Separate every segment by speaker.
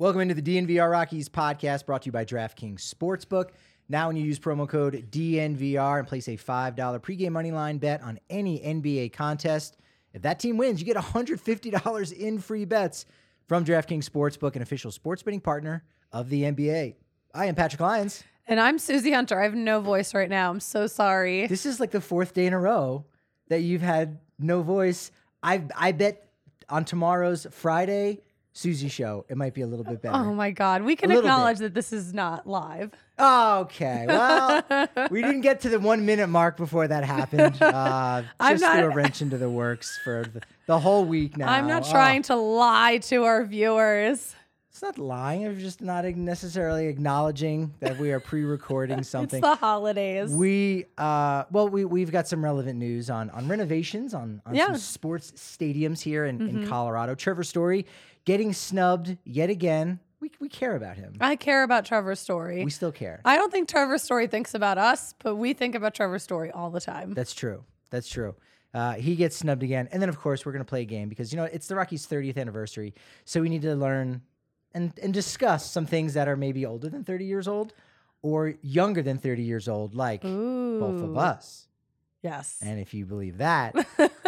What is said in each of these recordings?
Speaker 1: Welcome into the DNVR Rockies podcast brought to you by DraftKings Sportsbook. Now, when you use promo code DNVR and place a $5 pregame moneyline bet on any NBA contest, if that team wins, you get $150 in free bets from DraftKings Sportsbook, an official sports betting partner of the NBA. I am Patrick Lyons.
Speaker 2: And I'm Susie Hunter. I have no voice right now. I'm so sorry.
Speaker 1: This is like the fourth day in a row that you've had no voice. I I bet on tomorrow's Friday Susie show, it might be a little bit better.
Speaker 2: Oh my God. We can
Speaker 1: A little
Speaker 2: acknowledge
Speaker 1: bit.
Speaker 2: that this is not live.
Speaker 1: Okay. Well, we didn't get to the one minute mark before that happened. Uh,
Speaker 2: I'm
Speaker 1: just
Speaker 2: not-
Speaker 1: threw a wrench into the works for the, the whole week now.
Speaker 2: I'm not
Speaker 1: Oh,
Speaker 2: trying to lie to our viewers.
Speaker 1: it's not lying. I'm just not necessarily acknowledging that we are pre-recording something.
Speaker 2: It's the holidays.
Speaker 1: We uh well we we've got some relevant news on on renovations on, on
Speaker 2: Yeah. Mm-hmm.
Speaker 1: some sports stadiums here in, in Colorado. Trevor Story getting snubbed yet again. We we care about him.
Speaker 2: I care about Trevor's story.
Speaker 1: We still care.
Speaker 2: I don't think Trevor's story thinks about us, but we think about Trevor's story all the time.
Speaker 1: That's true. That's true. Uh, he gets snubbed again, and then of course we're gonna play a game because you know it's the Rockies' 30th anniversary, so we need to learn and and discuss some things that are maybe older than 30 years old or younger than 30 years old, like both of
Speaker 2: Ooh.
Speaker 1: us.
Speaker 2: Yes.
Speaker 1: And if you believe that,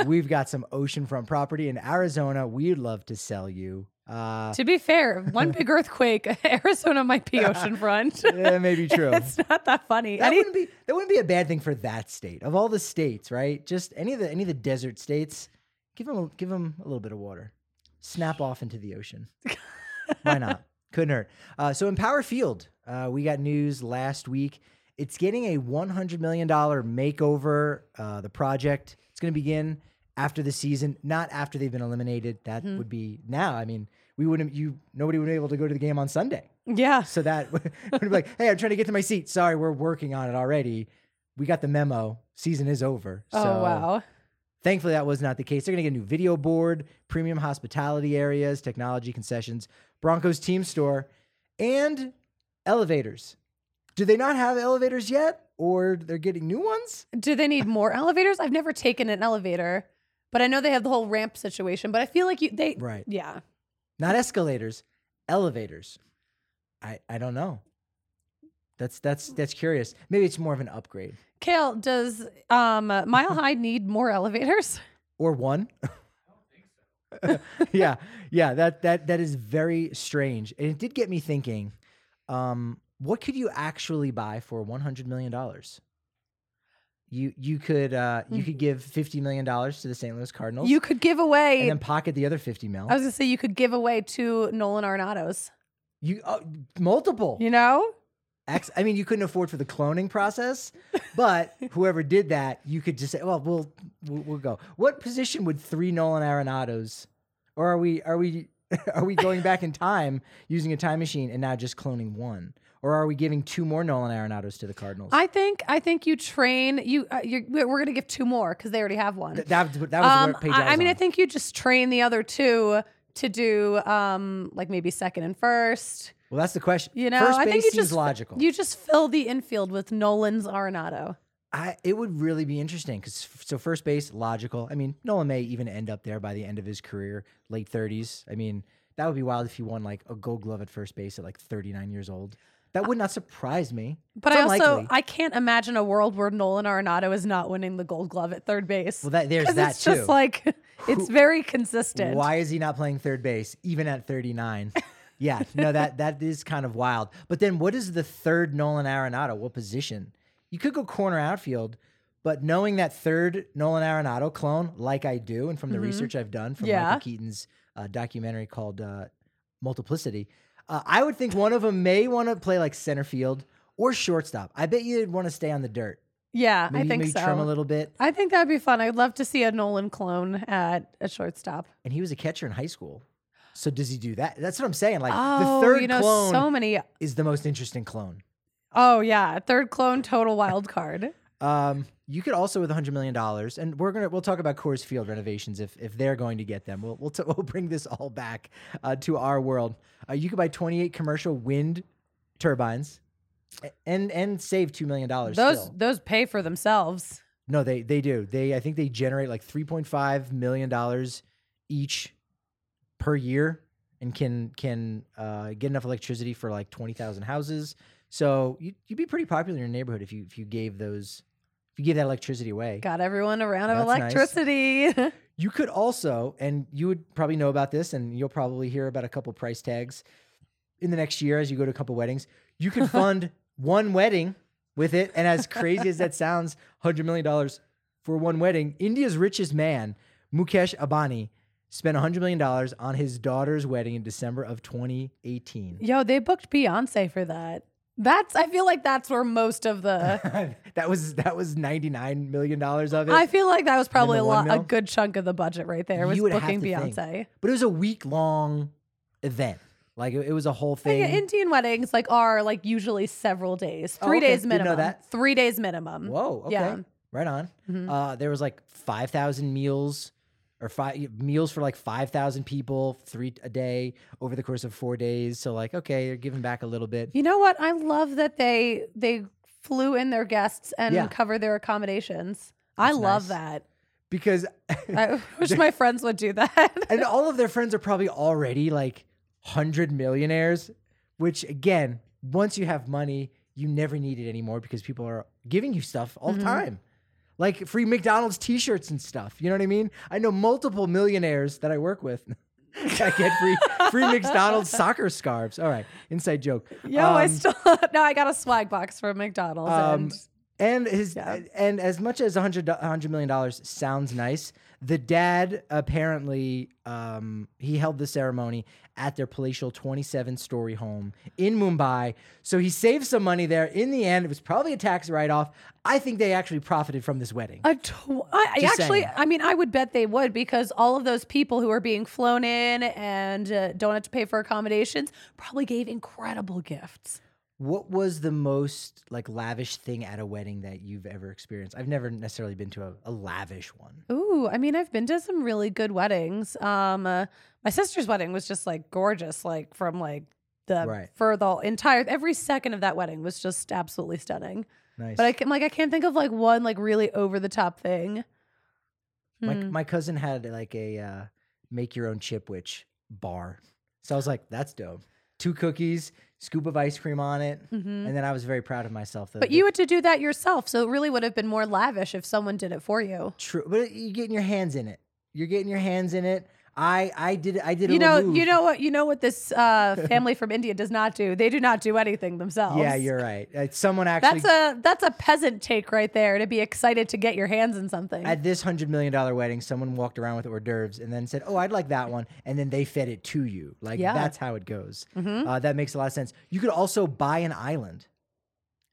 Speaker 1: we've got some oceanfront property in Arizona. We'd love to sell you. Uh,
Speaker 2: to be fair, one big earthquake, Arizona might be oceanfront.
Speaker 1: yeah, maybe true.
Speaker 2: it's not that funny.
Speaker 1: that
Speaker 2: Any-
Speaker 1: wouldn't be that wouldn't be a bad thing for that state of all the states, right? Just any of the any of the desert states, give them a, give 'em a little bit of water, snap off into the ocean. Why not? Couldn't hurt. Uh, so Empower Field, uh, we got news last week. It's getting a one hundred million dollar makeover. Uh, the project it's going to begin after the season, not after they've been eliminated. That would be now. I mean, we wouldn't. You nobody would be able to go to the game on Sunday.
Speaker 2: yeah.
Speaker 1: So that would be like, hey, I'm trying to get to my seat. Sorry, we're working on it already. We got the memo. Season is over. So
Speaker 2: oh, wow.
Speaker 1: Thankfully, that was not the case. They're going to get a new video board, premium hospitality areas, technology concessions, Broncos team store, and elevators. Do they not have elevators yet, or they're getting new ones?
Speaker 2: Do they need more elevators? I've never taken an elevator, but I know they have the whole ramp situation. But I feel like you they
Speaker 1: Right.
Speaker 2: Yeah,
Speaker 1: Not escalators, elevators. I I don't know. That's that's that's curious. Maybe it's more of an upgrade
Speaker 2: Kale, does um, uh, Mile High need more elevators?
Speaker 1: or one. yeah, yeah, that that that is very strange, and it did get me thinking. Um, what could you actually buy for one hundred million dollars? You you could uh, you could give fifty million dollars to the St. Louis Cardinals,
Speaker 2: You could give
Speaker 1: and
Speaker 2: away.
Speaker 1: then pocket the other fifty mil.
Speaker 2: I was gonna say you could give away two Nolan Arnados.
Speaker 1: you oh, multiple.
Speaker 2: You know,
Speaker 1: Ex- I mean, you couldn't afford for the cloning process, but whoever did that, you could just say, "Well, we'll we'll, we'll go." What position would three Nolan Arenados, or are we are we are we going back in time using a time machine and now just cloning one, or are we giving two more Nolan Arenados to the Cardinals?
Speaker 2: I think I think you train you. Uh, you're, we're we're gonna give two more because they already have one.
Speaker 1: Th- that, was- that was
Speaker 2: um,
Speaker 1: what page I,
Speaker 2: I, I
Speaker 1: was
Speaker 2: mean, I
Speaker 1: on.
Speaker 2: think you just train the other two to do um, like maybe second and first.
Speaker 1: Well, that's the question.
Speaker 2: You know,
Speaker 1: first
Speaker 2: I
Speaker 1: base
Speaker 2: think you
Speaker 1: seems
Speaker 2: just
Speaker 1: logical.
Speaker 2: You just fill the infield with Nolan's Arenado.
Speaker 1: I, it would really be interesting because so first base logical. I mean, Nolan may even end up there by the end of his career, late thirties. I mean, that would be wild if he won like a Gold Glove at first base at like thirty nine years old. That would not surprise me.
Speaker 2: But
Speaker 1: It's
Speaker 2: I also
Speaker 1: unlikely.
Speaker 2: I can't imagine a world where Nolan Arenado is not winning the Gold Glove at third base.
Speaker 1: Well, that- there's
Speaker 2: 'Cause
Speaker 1: that
Speaker 2: it's
Speaker 1: too.
Speaker 2: just like it's very consistent.
Speaker 1: why is he not playing third base even at thirty nine? Yeah, no, that that is kind of wild. But then, what is the third Nolan Arenado? What position? You could go corner outfield, but knowing that third Nolan Arenado clone, like I do, and from the
Speaker 2: Mhm.
Speaker 1: research I've done from
Speaker 2: Yeah.
Speaker 1: Michael Keaton's uh, documentary called uh, Multiplicity, uh, I would think one of them may want to play like center field or shortstop. I bet you'd want to stay on the dirt.
Speaker 2: Yeah,
Speaker 1: Maybe,
Speaker 2: I think
Speaker 1: maybe
Speaker 2: so.
Speaker 1: trim a little bit.
Speaker 2: I think that'd be fun. I'd love to see a Nolan clone at a shortstop.
Speaker 1: And he was a catcher in high school. So does he do that? That's what I'm saying. Like
Speaker 2: oh,
Speaker 1: the third
Speaker 2: you know,
Speaker 1: clone
Speaker 2: so many.
Speaker 1: is the most interesting clone.
Speaker 2: Oh yeah, third clone, total wild card.
Speaker 1: Um, you could also with hundred million dollars, and we're gonna we'll talk about Coors Field renovations if if they're going to get them. We'll we'll, t- we'll bring this all back uh, to our world. Uh, you could buy twenty eight commercial wind turbines, a- and and save two million dollars.
Speaker 2: those
Speaker 1: still.
Speaker 2: those pay for themselves.
Speaker 1: no, they they do. They I think they generate like three point five million dollars each per year, and can can uh, get enough electricity for like twenty thousand houses. So you, you'd be pretty popular in your neighborhood if you if you gave those if you gave that electricity away.
Speaker 2: Got everyone a round
Speaker 1: That's
Speaker 2: of
Speaker 1: nice.
Speaker 2: electricity.
Speaker 1: You could also, and you would probably know about this, and you'll probably hear about a couple price tags in the next year as you go to a couple weddings. You can fund one wedding with it. And as crazy as that sounds, $100 million for one wedding, India's richest man, Mukesh Abani, spent $100 million on his daughter's wedding in December of 2018.
Speaker 2: Yo, they booked Beyonce for that. That's I feel like that's where most of the
Speaker 1: that was that was $99 million of it.
Speaker 2: I feel like that was probably a
Speaker 1: the one
Speaker 2: lot a
Speaker 1: mil?
Speaker 2: good chunk of the budget right there was
Speaker 1: You would have
Speaker 2: booking
Speaker 1: to think.
Speaker 2: Beyonce.
Speaker 1: but it was a week long event. Like it, it was a whole
Speaker 2: But
Speaker 1: thing.
Speaker 2: yeah, Indian weddings like are like usually several days.
Speaker 1: Oh,
Speaker 2: three
Speaker 1: okay.
Speaker 2: days
Speaker 1: Didn't know
Speaker 2: minimum.
Speaker 1: that.
Speaker 2: Three days minimum.
Speaker 1: Whoa. Okay.
Speaker 2: Yeah. Mm-hmm.
Speaker 1: Right on. Uh, there was like five thousand meals, or five meals for like five thousand people, three a day over the course of four days. So like, okay, they're giving back a little bit.
Speaker 2: You know what? I love that they they flew in their guests and
Speaker 1: Yeah.
Speaker 2: covered their accommodations. I love that.
Speaker 1: Because
Speaker 2: I wish my friends would do that.
Speaker 1: and all of their friends are probably already like hundred millionaires, which again, once you have money, you never need it anymore because people are giving you stuff all
Speaker 2: Mm-hmm.
Speaker 1: the time. Like free McDonald's t-shirts and stuff. You know what I mean? I know multiple millionaires that I work with. I get free free McDonald's soccer scarves. All right, inside joke.
Speaker 2: Yo, I
Speaker 1: Um,
Speaker 2: still no. I got a swag box from McDonald's.
Speaker 1: um, and
Speaker 2: and
Speaker 1: his
Speaker 2: Yeah.
Speaker 1: and as much as 100 100 million dollars sounds nice, the dad apparently um, he held the ceremony at their palatial 27 story home in Mumbai. So he saved some money there. In the end, it was probably a tax write off. I think they actually profited from this wedding.
Speaker 2: A tw- I, I
Speaker 1: Just
Speaker 2: actually,
Speaker 1: saying.
Speaker 2: I mean, I would bet they would because all of those people who are being flown in and uh, don't have to pay for accommodations probably gave incredible gifts.
Speaker 1: What was the most like lavish thing at a wedding that you've ever experienced? I've never necessarily been to a, a lavish one.
Speaker 2: Ooh, I mean, I've been to some really good weddings. Um, uh, my sister's wedding was just like gorgeous, like from like the
Speaker 1: Right.
Speaker 2: for the entire every second of that wedding was just absolutely stunning.
Speaker 1: Nice.
Speaker 2: But I can like I can't think of like one like really over the top thing.
Speaker 1: My
Speaker 2: Hmm.
Speaker 1: my cousin had like a uh, make your own chip witch bar, so I was like, "That's dope." Two cookies, scoop of ice cream on it,
Speaker 2: Mhm.
Speaker 1: and then I was very proud of myself. That
Speaker 2: But you had to do that yourself, so it really would have been more lavish if someone did it for you.
Speaker 1: true, but you're getting your hands in it. You're getting your hands in it. I I did I did a
Speaker 2: you know
Speaker 1: little
Speaker 2: you
Speaker 1: move.
Speaker 2: know what you know what this uh, family from India does not do. They do not do anything themselves.
Speaker 1: Yeah, you're right. Uh, someone actually
Speaker 2: That's a that's a peasant take right there to be excited to get your hands in something.
Speaker 1: at this hundred million dollar wedding, someone walked around with hors d'oeuvres and then said, "Oh, I'd like that one," and then they fed it to you. Like
Speaker 2: Yeah. Mm-hmm.
Speaker 1: that's how it goes. Uh, that makes a lot of sense. You could also buy an island,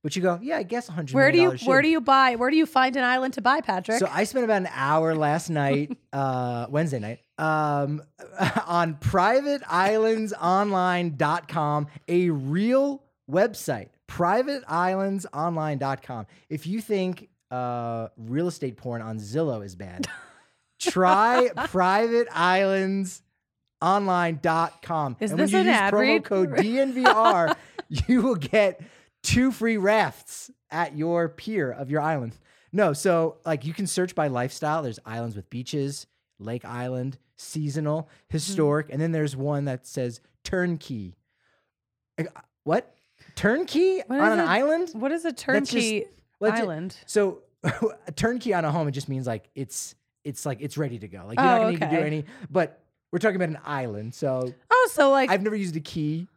Speaker 1: which you go, "Yeah, I guess hundred.
Speaker 2: where do you where do you buy where do you find an island to buy, Patrick?
Speaker 1: So I spent about an hour last night, uh, Wednesday night, um, on privateislandsonline.com, a real website, privateislandsonline.com. If you think uh, real estate porn on Zillow is bad, try privateislandsonline.com.
Speaker 2: Is
Speaker 1: and
Speaker 2: this
Speaker 1: when
Speaker 2: an
Speaker 1: you use
Speaker 2: ad
Speaker 1: promo
Speaker 2: read?
Speaker 1: code DNVR, you will get two free rafts at your pier of your island. No, so like you can search by lifestyle. There's islands with beaches, lake island, seasonal,
Speaker 2: Mm-hmm.
Speaker 1: historic, and then there's one that says turnkey. Like, uh, What? Turnkey
Speaker 2: What
Speaker 1: on
Speaker 2: is
Speaker 1: an
Speaker 2: it?
Speaker 1: island?
Speaker 2: what is a
Speaker 1: That's just-
Speaker 2: turnkey
Speaker 1: Well, it's-
Speaker 2: island?
Speaker 1: So a turnkey on a home, it just means like it's it's like it's ready to go. Like you're not
Speaker 2: Oh,
Speaker 1: gonna need to do
Speaker 2: okay.
Speaker 1: any. But We're talking about an island, so
Speaker 2: Oh, so like,
Speaker 1: I've never used a key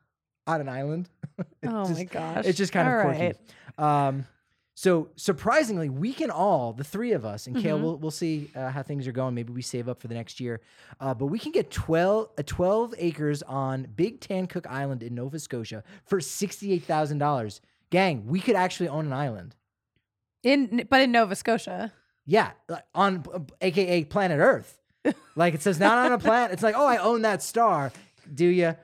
Speaker 1: on an island. It's
Speaker 2: oh my
Speaker 1: just-
Speaker 2: gosh,
Speaker 1: It's just kind of
Speaker 2: All
Speaker 1: quirky.
Speaker 2: right.
Speaker 1: Um, so surprisingly, we can all, the three of us, and Kale,
Speaker 2: Mhm.
Speaker 1: we'll, we'll see uh, how things are going. Maybe we save up for the next year. Uh, but we can get 12, uh, 12 acres on Big Tan Cook Island in Nova Scotia for $68,000. Gang, we could actually own an island.
Speaker 2: In but in Nova Scotia.
Speaker 1: Yeah, like on uh, AKA planet Earth. like it says not on a planet. It's like, oh, I own that star. Do you?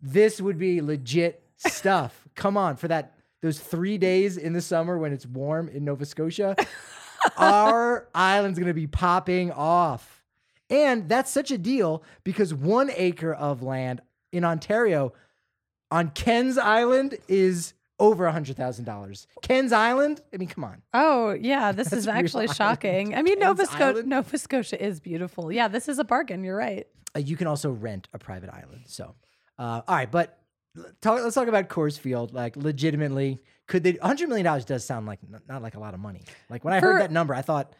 Speaker 1: This would be legit stuff. Come on, for that those three days in the summer when it's warm in Nova Scotia, our island's gonna be popping off. And that's such a deal because one acre of land in Ontario on Ken's Island is over a hundred thousand dollars. Ken's Island? I mean, come on.
Speaker 2: Oh yeah, this is
Speaker 1: real
Speaker 2: actually
Speaker 1: island.
Speaker 2: shocking. I mean, Nova
Speaker 1: Ken's
Speaker 2: Scotia,
Speaker 1: Island?
Speaker 2: Nova Scotia is beautiful. Yeah, this is a bargain. You're right.
Speaker 1: uh, you can also rent a private island. So, uh, all right, but l- talk, let's talk about Coors Field. Like, legitimately, could they? Hundred million dollars does sound like n- not like a lot of money. Like when I
Speaker 2: For-
Speaker 1: heard that number, I thought,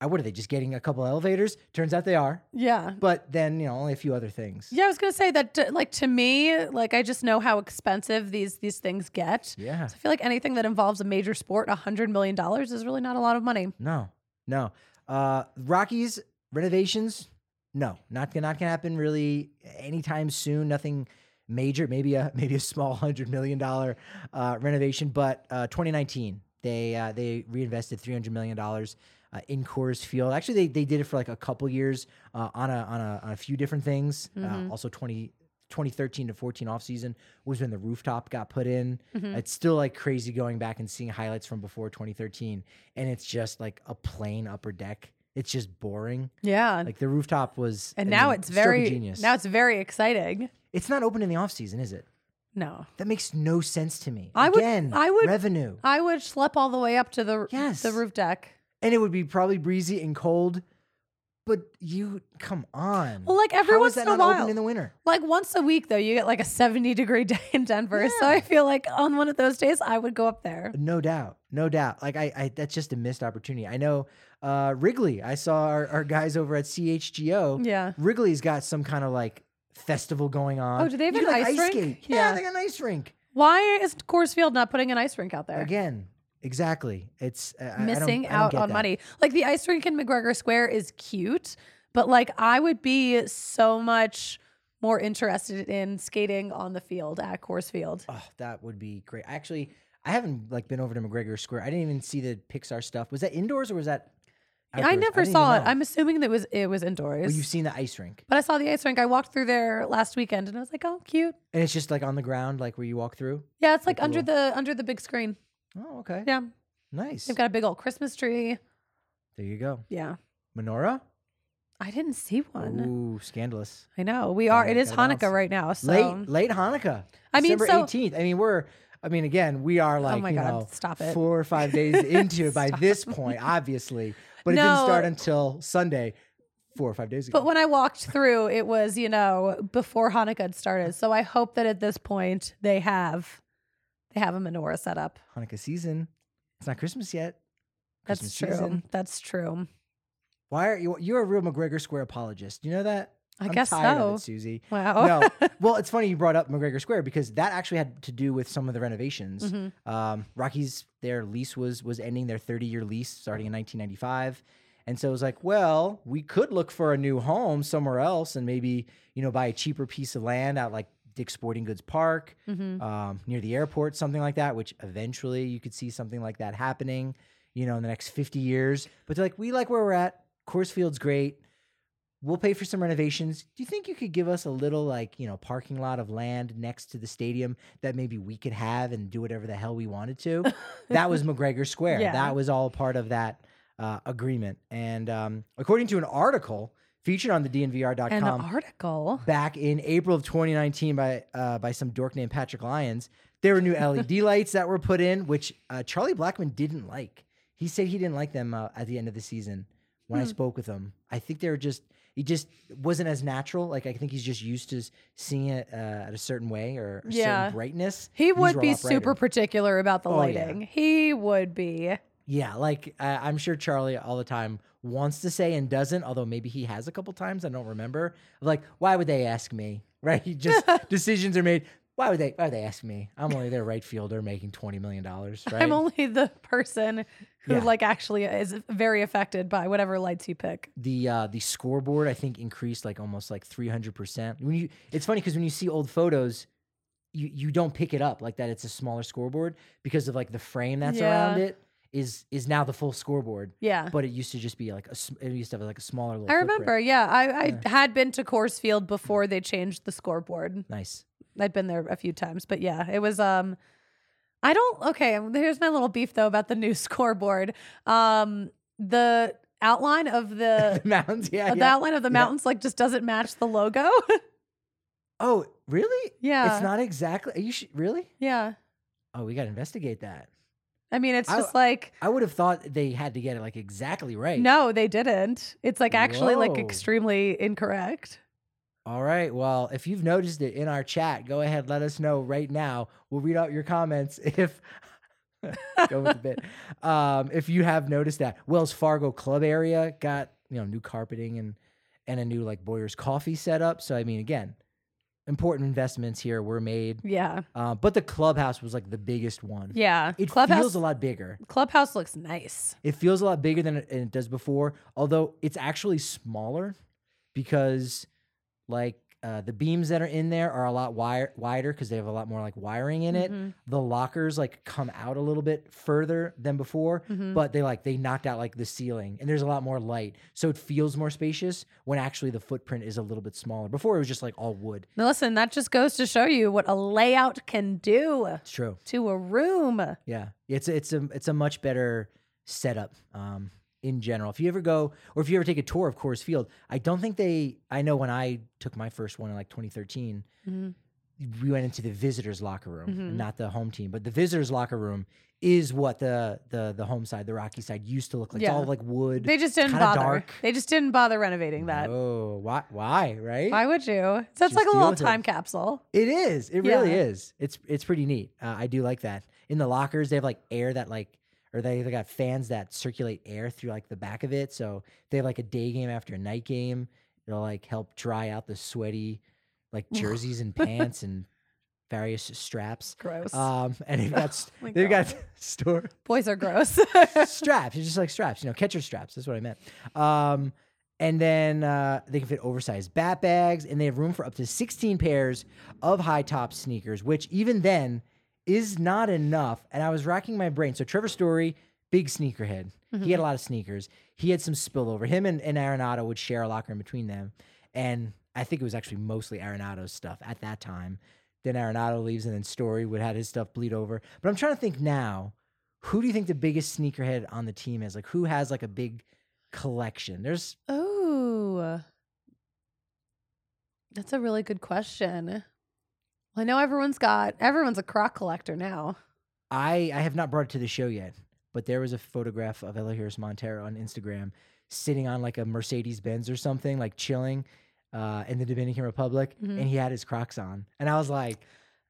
Speaker 1: "I what are they just getting a couple elevators?" Turns out they are.
Speaker 2: Yeah.
Speaker 1: But then you know only a few other things.
Speaker 2: Yeah, I was gonna say that. uh, Like to me, like I just know how expensive these these things get.
Speaker 1: Yeah.
Speaker 2: So I feel like anything that involves a major sport, a hundred million dollars is really not a lot of money.
Speaker 1: No. No. Uh, Rockies renovations. No, not gonna not gonna happen really anytime soon. Nothing major. Maybe a maybe a small hundred million dollar uh, renovation. But uh, 2019, they uh, they reinvested 300 million dollars uh, in Coors Field. Actually, they, they did it for like a couple years uh, on a on a on a few different things. Uh, also 20. 2013 to 14 off season was when the rooftop got put in.
Speaker 2: Mm-hmm.
Speaker 1: It's still like crazy going back and seeing highlights from before 2013, and it's just like a plain upper deck. It's just boring.
Speaker 2: Yeah.
Speaker 1: Like the rooftop was,
Speaker 2: Um, and
Speaker 1: I
Speaker 2: now
Speaker 1: mean,
Speaker 2: it's
Speaker 1: stroke of
Speaker 2: very
Speaker 1: genius.
Speaker 2: now it's very exciting.
Speaker 1: it's not open in the off season, is it?
Speaker 2: No.
Speaker 1: That makes no sense to me.
Speaker 2: I would-
Speaker 1: Again,
Speaker 2: I would-
Speaker 1: revenue,
Speaker 2: I would schlep all the way up to the
Speaker 1: Yes.
Speaker 2: the roof deck.
Speaker 1: and it would be probably breezy and cold. But you come on.
Speaker 2: Well, like, every
Speaker 1: How is
Speaker 2: once
Speaker 1: that
Speaker 2: in a
Speaker 1: not
Speaker 2: while-
Speaker 1: open in the winter.
Speaker 2: Like once a week though, you get like a 70 degree day in Denver. So I feel like on one of those days I would go up there.
Speaker 1: No doubt, no doubt. Like I, I that's just a missed opportunity. I know uh, Wrigley. I saw our, our guys over at CHGO.
Speaker 2: Yeah.
Speaker 1: Wrigley's got some kind of like festival going on.
Speaker 2: Oh, do they have
Speaker 1: You can,
Speaker 2: an
Speaker 1: like,
Speaker 2: ice rink?
Speaker 1: skate. Yeah.
Speaker 2: Yeah.
Speaker 1: they got an ice rink.
Speaker 2: Why is Coors Field not putting an ice rink out there?
Speaker 1: Again, exactly. It's I- I- I don't-
Speaker 2: Missing
Speaker 1: I don't
Speaker 2: out
Speaker 1: get
Speaker 2: on
Speaker 1: that.
Speaker 2: money. Like the ice rink in McGregor Square is cute, but like I would be so much more interested in skating on the field at Coors Field.
Speaker 1: Oh, that would be great. Actually, I haven't like been over to McGregor Square. I didn't even see the Pixar stuff. Was that indoors or was that?
Speaker 2: I
Speaker 1: outdoors?
Speaker 2: never
Speaker 1: didn't even
Speaker 2: saw it.
Speaker 1: know.
Speaker 2: I'm assuming that it was it was indoors.
Speaker 1: Well, you've seen the ice rink,
Speaker 2: but I saw the ice rink. I walked through there last weekend and I was like, "Oh, cute."
Speaker 1: and it's just like on the ground, like where you walk through.
Speaker 2: Yeah, it's like
Speaker 1: Like a
Speaker 2: under
Speaker 1: little-
Speaker 2: the under the big screen.
Speaker 1: Oh, okay.
Speaker 2: Yeah.
Speaker 1: Nice.
Speaker 2: They've got a big old Christmas tree.
Speaker 1: there you go.
Speaker 2: Yeah.
Speaker 1: Menorah.
Speaker 2: I didn't see one.
Speaker 1: Ooh, scandalous.
Speaker 2: I know. We are
Speaker 1: Gotta-
Speaker 2: it is
Speaker 1: gotta
Speaker 2: Hanukkah
Speaker 1: bounce.
Speaker 2: right now. So
Speaker 1: Late, late Hanukkah.
Speaker 2: I mean,
Speaker 1: December
Speaker 2: so- Oh
Speaker 1: 18th. I mean, we're. I mean, again, we are like
Speaker 2: my
Speaker 1: you
Speaker 2: God,
Speaker 1: know,
Speaker 2: stop it.
Speaker 1: four or five days into it by this point, obviously. But it didn't
Speaker 2: No.
Speaker 1: start until Sunday, four or five days ago.
Speaker 2: But when I walked through, it was, you know, before Hanukkah had started. So I hope that at this point they have they have a menorah set up.
Speaker 1: Hanukkah season. It's not Christmas yet.
Speaker 2: That's
Speaker 1: Christmas
Speaker 2: true.
Speaker 1: season.
Speaker 2: That's true.
Speaker 1: Why are you? You're a real McGregor Square apologist. You know that?
Speaker 2: I
Speaker 1: I'm
Speaker 2: guess
Speaker 1: tired Of it,
Speaker 2: so.
Speaker 1: Susie.
Speaker 2: Wow.
Speaker 1: No. Well, it's funny you brought up McGregor Square because that actually had to do with some of the renovations.
Speaker 2: Mhm.
Speaker 1: Um, Rockies, their lease was was ending their 30 year lease starting in 1995, and so it was like, well, we could look for a new home somewhere else and maybe you know buy a cheaper piece of land out like Dick's Sporting Goods Park
Speaker 2: Mhm.
Speaker 1: um, near the airport, something like that. Which eventually you could see something like that happening, you know, in the next 50 years. But they're like, we like where we're at. Coors Field's great. We'll pay for some renovations. Do you think you could give us a little, like, you know, parking lot of land next to the stadium that maybe we could have and do whatever the hell we wanted to? that was McGregor Square.
Speaker 2: Yeah.
Speaker 1: That was all part of that uh, agreement. And um, according to an article featured on the DNVR.com,
Speaker 2: An article.
Speaker 1: back in April of 2019 by uh, by some dork named Patrick Lyons. There were new LED lights that were put in, which uh, Charlie Blackman didn't like. He said he didn't like them uh, at the end of the season. When I
Speaker 2: Hmm.
Speaker 1: spoke with him, I think they were just he just wasn't as natural. Like I think he's just used to s- seeing it uh, at a certain way or a
Speaker 2: Yeah.
Speaker 1: certain brightness.
Speaker 2: He
Speaker 1: These
Speaker 2: would
Speaker 1: were a
Speaker 2: be
Speaker 1: lot brighter.
Speaker 2: super particular about the
Speaker 1: Oh, yeah.
Speaker 2: lighting. He would be.
Speaker 1: Yeah, like I I'm sure Charlie all the time wants to say and doesn't, although maybe he has a couple times. I don't remember. Like, why would they ask me? Right? He just decisions are made. Why would they? Why would they ask me? I'm only their right fielder making twenty million dollars. Right?
Speaker 2: I'm only the person who
Speaker 1: Yeah.
Speaker 2: like actually is very affected by whatever lights you pick.
Speaker 1: the uh, the scoreboard I think increased like almost like three hundred percent. When you, it's funny because when you see old photos, you you don't pick it up like that. It's a smaller scoreboard because of like the frame that's around
Speaker 2: Yeah.
Speaker 1: it is is now the full scoreboard.
Speaker 2: Yeah.
Speaker 1: But it used to just be like a, s- it used to have like a smaller. Little
Speaker 2: I
Speaker 1: footprint.
Speaker 2: remember, yeah. I, I had been to Coors Field before they changed the scoreboard.
Speaker 1: Nice.
Speaker 2: I'd been there a few times, but yeah, it was um I don't okay, here's my little beef though about the new scoreboard. Um the outline of the,
Speaker 1: The mountains. Yeah.
Speaker 2: uh, the
Speaker 1: yeah.
Speaker 2: outline of the mountains like just doesn't match the logo.
Speaker 1: Oh, really?
Speaker 2: yeah.
Speaker 1: It's not exactly. You should really.
Speaker 2: yeah.
Speaker 1: Oh, we gotta investigate that.
Speaker 2: I mean, it's
Speaker 1: I-
Speaker 2: just like
Speaker 1: I would have thought they had to get it like exactly right.
Speaker 2: no, they didn't. It's like actually like
Speaker 1: Whoa.
Speaker 2: extremely incorrect.
Speaker 1: All right. Well, if you've noticed it in our chat, go ahead, let us know right now. We'll read out your comments if go with the bit. Um, if you have noticed that Wells Fargo club area got, you know, new carpeting and and a new like Boyer's coffee setup. So I mean, again, important investments here were made.
Speaker 2: Yeah.
Speaker 1: Uh, but the clubhouse was like the biggest one.
Speaker 2: Yeah.
Speaker 1: It
Speaker 2: Clubhouse
Speaker 1: feels a lot bigger.
Speaker 2: Clubhouse looks nice.
Speaker 1: It feels a lot bigger than it, it does before, although it's actually smaller because like uh, the beams that are in there are a lot wire- wider because they have a lot more like wiring in it. The lockers like come out a little bit further than before, but they like they knocked out like the ceiling and there's a lot more light. So it feels more spacious when actually the footprint is a little bit smaller. Before it was just like all wood.
Speaker 2: Now listen, that just goes to show you what a layout can do
Speaker 1: It's true.
Speaker 2: to a room.
Speaker 1: Yeah, it's it's a it's a much better setup um, in general. If you ever go or if you ever take a tour of Coors Field, I don't think they. I know when I took my first one in like 2013,
Speaker 2: Mm-hmm.
Speaker 1: we went into the visitors' locker room, not the home team, but the visitors' locker room is what the the the home side, the Rocky side, used to look like. It's all
Speaker 2: Yeah.
Speaker 1: like wood.
Speaker 2: They just
Speaker 1: It's
Speaker 2: didn't
Speaker 1: kinda
Speaker 2: bother.
Speaker 1: Dark.
Speaker 2: They just didn't bother renovating that.
Speaker 1: Oh, why? Why? Right?
Speaker 2: Why would you? So it's like
Speaker 1: Just
Speaker 2: a
Speaker 1: deal
Speaker 2: little
Speaker 1: with it.
Speaker 2: time capsule.
Speaker 1: It is. It really
Speaker 2: Yeah.
Speaker 1: is. It's it's pretty neat. Uh, I do like that. In the lockers, they have like air that like, or they they got fans that circulate air through like the back of it. So if they have like a day game after a night game. It'll like help dry out the sweaty, like jerseys and pants and various straps.
Speaker 2: Gross. Oh
Speaker 1: Um, and they've got s-
Speaker 2: my
Speaker 1: they've got store
Speaker 2: Boys are gross.
Speaker 1: straps. It's just like straps, you know, catcher straps. That's what I meant. Um, and then uh, they can fit oversized bat bags, and they have room for up to 16 pairs of high top sneakers, which even then is not enough. And I was racking my brain. So Trevor Story, big sneakerhead. He had a lot of sneakers. He had some spillover. Him and, and Arenado would share a locker in between them. And I think it was actually mostly Arenado's stuff at that time. Then Arenado leaves, and then Story would had his stuff bleed over. But I'm trying to think now who do you think the biggest sneakerhead on the team is? Like who has like a big collection? There's
Speaker 2: oh. That's a really good question. Well, I know everyone's got everyone's a croc collector now.
Speaker 1: I I have not brought it to the show yet, but there was a photograph of Elohiris Montero on Instagram sitting on like a Mercedes Benz or something, like chilling uh, in the Dominican Republic, and he had his Crocs on, and I was like,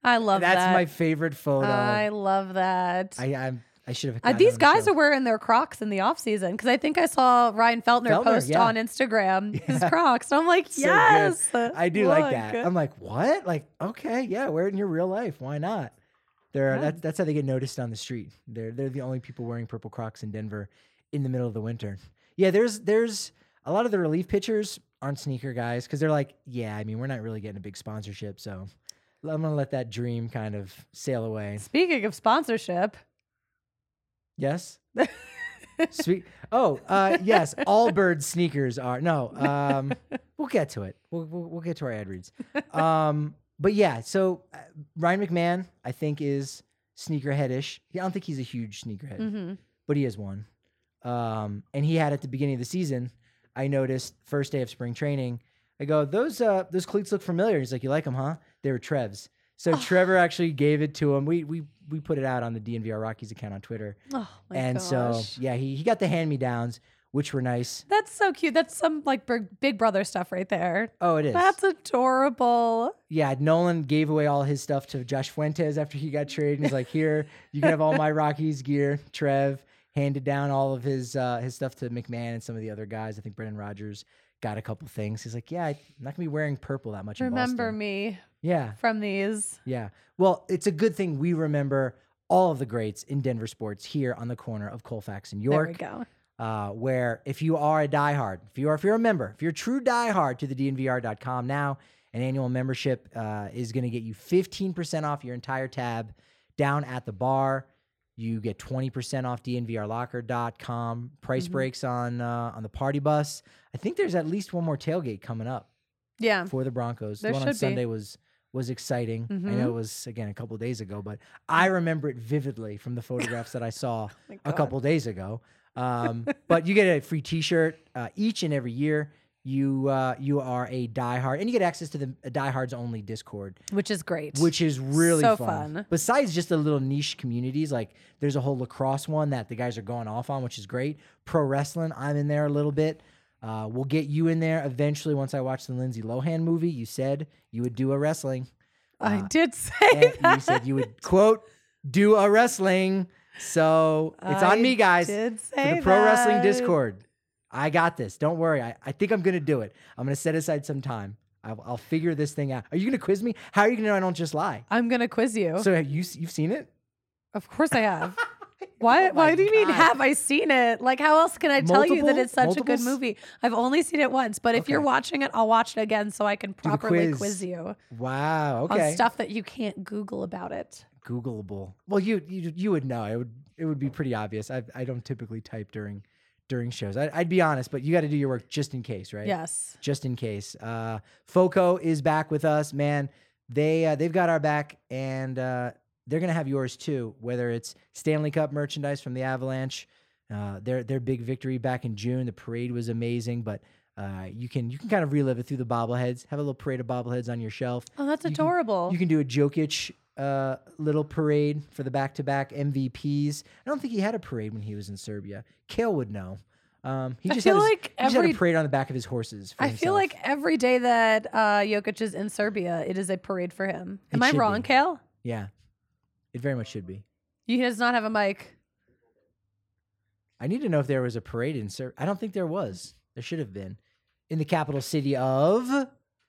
Speaker 2: I Mm-hmm. love
Speaker 1: "That's
Speaker 2: that.
Speaker 1: my favorite photo."
Speaker 2: I
Speaker 1: I
Speaker 2: love that.
Speaker 1: I I'm, I should have.
Speaker 2: Uh,
Speaker 1: gotten
Speaker 2: these
Speaker 1: that on the
Speaker 2: guys
Speaker 1: show.
Speaker 2: are wearing their Crocs in the off season because I think I saw Ryan Feltner,
Speaker 1: Feltner,
Speaker 2: post
Speaker 1: yeah.
Speaker 2: on Instagram his Crocs. And I'm like,
Speaker 1: So good.
Speaker 2: yes,
Speaker 1: I do
Speaker 2: look."
Speaker 1: like that. I'm like, what? Like, okay, yeah, wear it in your real life. Why not? They're that, that's how they get noticed on the street. They're they're the only people wearing purple Crocs in Denver in the middle of the winter. Yeah, there's there's a lot of the relief pitchers aren't sneaker guys because they're like, yeah, I mean, we're not really getting a big sponsorship, so I'm gonna let that dream kind of sail away.
Speaker 2: Speaking of sponsorship,
Speaker 1: Yes. Sweet. Oh, uh, yes. All bird sneakers are no. Um, we'll get to it. We'll, we'll, we'll get to our ad reads. Um, but yeah, so uh, Ryan McMahon, I think, is sneakerheadish. Yeah, I don't think he's a huge sneakerhead,
Speaker 2: Mm-hmm.
Speaker 1: but he is one. Um, and he had at the beginning of the season. I noticed first day of spring training. I go, those uh, those cleats look familiar. He's like, you like them, huh? They were Trev's. So Trevor actually gave it to him. We we we put it out on the DNVR Rockies account on Twitter
Speaker 2: oh my
Speaker 1: and so
Speaker 2: gosh.
Speaker 1: yeah, he, he got the hand me downs, which were nice.
Speaker 2: that's so cute. That's some like big, big brother stuff right there.
Speaker 1: Oh, it is.
Speaker 2: That's adorable.
Speaker 1: yeah, Nolan gave away all his stuff to Josh Fuentes after he got traded. He's like, here, you can have all my Rockies gear, Trev. handed down all of his uh, his stuff to McMahon and some of the other guys. I think Brendan Rodgers got a couple things. He's like, yeah, I'm not gonna be wearing purple that much. in
Speaker 2: Remember
Speaker 1: Boston."
Speaker 2: me
Speaker 1: Yeah,
Speaker 2: from these.
Speaker 1: yeah. Well, it's a good thing we remember all of the greats in Denver sports here on the corner of Colfax and York.
Speaker 2: There we go.
Speaker 1: uh, where if you are a diehard, if you are if you're a member, if you're a true diehard to the DNVR.com now, an annual membership uh, is going to get you 15% off your entire tab down at the bar. You get 20% off DNVRLocker.com. Price
Speaker 2: Mhm.
Speaker 1: breaks on uh, on the party bus. I think there's at least one more tailgate coming up
Speaker 2: Yeah.
Speaker 1: for the Broncos.
Speaker 2: There
Speaker 1: the one
Speaker 2: should
Speaker 1: on
Speaker 2: be. Mm-hmm.
Speaker 1: Sunday was was exciting. I know it was again a couple days ago, but
Speaker 2: Mm.
Speaker 1: I remember it vividly from the photographs that I saw
Speaker 2: Thank
Speaker 1: a
Speaker 2: God.
Speaker 1: couple days ago. Um, but you get a free T-shirt uh, each and every year. You uh, you are a diehard, and you get access to the uh, diehards only Discord,
Speaker 2: Which is great.
Speaker 1: which is really
Speaker 2: So
Speaker 1: fun.
Speaker 2: fun.
Speaker 1: Besides just the little niche communities, like there's a whole lacrosse one that the guys are going off on, which is great. Pro wrestling, I'm in there a little bit. Uh, we'll get you in there eventually. Once I watch the Lindsay Lohan movie, you said you would do a wrestling.
Speaker 2: I
Speaker 1: uh,
Speaker 2: did say
Speaker 1: And you
Speaker 2: that.
Speaker 1: said you would quote do a wrestling. So it's on
Speaker 2: I
Speaker 1: me, guys
Speaker 2: Did
Speaker 1: for
Speaker 2: say
Speaker 1: the pro wrestling
Speaker 2: that.
Speaker 1: discord i got this don't worry i, I think i'm gonna do it i'm gonna set aside some time I'll, I'll figure this thing out are you gonna quiz me how are you gonna know i don't just lie
Speaker 2: I'm gonna quiz you.
Speaker 1: so have you s- you've seen it
Speaker 2: of course I have. Why?
Speaker 1: Oh my
Speaker 2: why do you mean
Speaker 1: God.
Speaker 2: have I seen it? Like how else can I tell you that
Speaker 1: Multiple-
Speaker 2: it's such a good
Speaker 1: multiples?
Speaker 2: movie? I've only seen it once, but if you're
Speaker 1: Okay.
Speaker 2: watching it, I'll watch it again so I can
Speaker 1: the
Speaker 2: properly
Speaker 1: quiz.
Speaker 2: quiz. you
Speaker 1: wow okay
Speaker 2: on stuff that you can't Google about it.
Speaker 1: googleable well you, you you would know it would it would be pretty obvious i, I don't typically type during during shows I, i'd be honest but you got to do your work just in case right
Speaker 2: Yes.
Speaker 1: just in case. Uh, Foco is back with us, man. They uh, they've got our back, and uh, they're gonna have yours too. Whether it's Stanley Cup merchandise from the Avalanche, uh, their their big victory back in June. The parade was amazing, but uh, you can you can kind of relive it through the bobbleheads. Have a little parade of bobbleheads on your shelf.
Speaker 2: Oh, that's
Speaker 1: You can-
Speaker 2: adorable.
Speaker 1: You can do a Jokic uh, little parade for the back to back MVPs. I don't think he had a parade when he was in Serbia. Kale would know. Um, he
Speaker 2: I
Speaker 1: just had
Speaker 2: feel
Speaker 1: his-
Speaker 2: like
Speaker 1: he just had
Speaker 2: every-
Speaker 1: a parade on the back of his horses. For
Speaker 2: I
Speaker 1: himself.
Speaker 2: feel like every day that uh, Jokic is in Serbia, it is a parade for him. Am
Speaker 1: It
Speaker 2: I
Speaker 1: should
Speaker 2: wrong,
Speaker 1: be.
Speaker 2: Kale?
Speaker 1: Yeah, it very much should be.
Speaker 2: He does not have a mic.
Speaker 1: I need to know if there was a parade in Ser- I don't think there was. There should have been in the capital city of.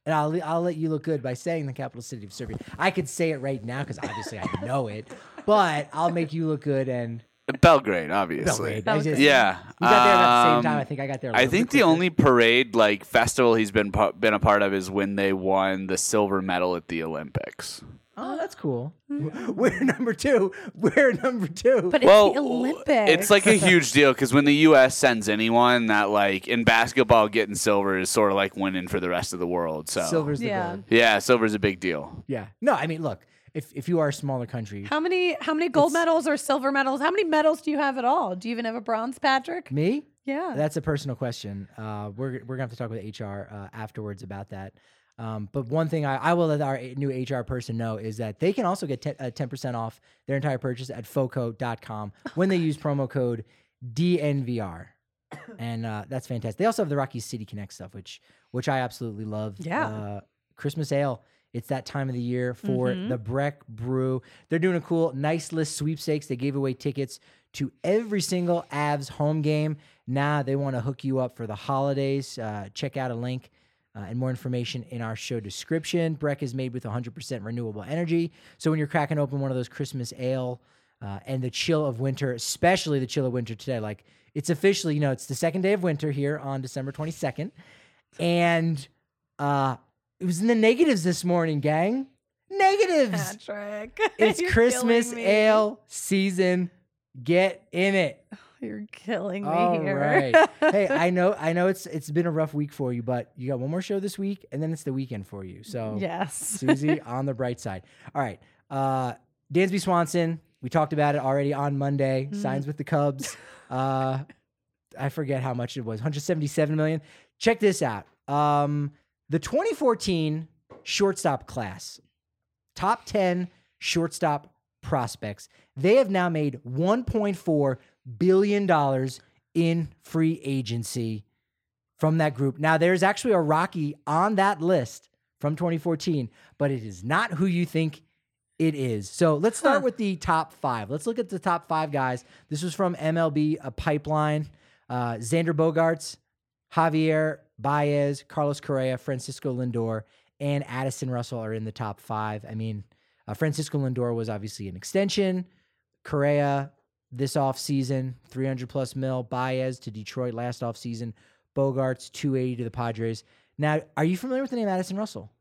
Speaker 1: And I'll le- I'll let you look good by saying the capital city of Serbia. I could say it right now because obviously I know it, but I'll make you look good and
Speaker 3: Belgrade, obviously.
Speaker 1: Belgrade. I
Speaker 2: Belgrade.
Speaker 1: just-
Speaker 3: Yeah.
Speaker 1: You got there about the same time.
Speaker 3: um,
Speaker 1: I think I got there. a
Speaker 3: I
Speaker 1: little bit
Speaker 3: think the
Speaker 1: quicker.
Speaker 3: only parade like festival he's been pa- been a part of is when they won the silver medal at the Olympics.
Speaker 1: Oh, that's cool. We're number two. We're number two.
Speaker 2: But it's
Speaker 3: well,
Speaker 2: the Olympics.
Speaker 3: it's like a huge deal because when the U.S. sends anyone, that like in basketball, getting silver is sort of like winning for the rest of the world. So
Speaker 1: silver's the
Speaker 2: Yeah.
Speaker 1: gold.
Speaker 3: yeah, silver's a big deal.
Speaker 1: Yeah. No, I mean, look. If if you are a smaller country,
Speaker 2: how many how many gold medals or silver medals? How many medals do you have at all? Do you even have a bronze, Patrick?
Speaker 1: me,
Speaker 2: Yeah.
Speaker 1: That's a personal question. Uh, we're we're gonna have to talk with HR uh, afterwards about that. Um, but one thing I, I will let our new HR person know is that they can also get ten percent off their entire purchase at foco.com when they use promo code DNVR, and uh, that's fantastic. They also have the Rocky City Connect stuff, which which I absolutely love.
Speaker 2: Yeah.
Speaker 1: uh, Christmas ale. It's that time of the year for
Speaker 2: Mhm.
Speaker 1: the Breck Brew. They're doing a cool nice list sweepstakes. They gave away tickets to every single Avs home game. Now they want to hook you up for the holidays. Uh, check out a link uh, and more information in our show description. Breck is made with 100% renewable energy. So when you're cracking open one of those Christmas ale uh, and the chill of winter, especially the chill of winter today, like it's officially, you know, it's the second day of winter here on December 22nd. And uh, it was in the negatives this morning, gang. Negatives.
Speaker 2: Patrick.
Speaker 1: It's
Speaker 2: You're
Speaker 1: Christmas
Speaker 2: killing me.
Speaker 1: ale season. Get in it.
Speaker 2: You're killing me
Speaker 1: All
Speaker 2: here.
Speaker 1: right. hey, I know I know it's it's been a rough week for you, but you got one more show this week and then it's the weekend for you.
Speaker 3: Oh.
Speaker 1: So
Speaker 2: yes.
Speaker 1: Susie on the bright side. All right. Uh Dansby Swanson, we talked about it already on Monday. Signs with the Cubs. Uh I forget how much it was. 177 million. Check this out. Um the 2014 shortstop class. Top 10 shortstop prospects. They have now made 1.4 billion dollars in free agency from that group. Now there's actually a Rocky on that list from 2014, but it is not who you think It is. So let's start with the top five. Let's look at the top five guys. This was from MLB a Pipeline. Uh, Xander Bogarts, Javier Baez, Carlos Correa, Francisco Lindor, and Addison Russell are in the top five. I mean, uh, Francisco Lindor was obviously an extension. Correa this offseason, 300 plus mil. Baez to Detroit last offseason. Bogarts, 280 to the Padres. Now, are you familiar with the name Addison Russell?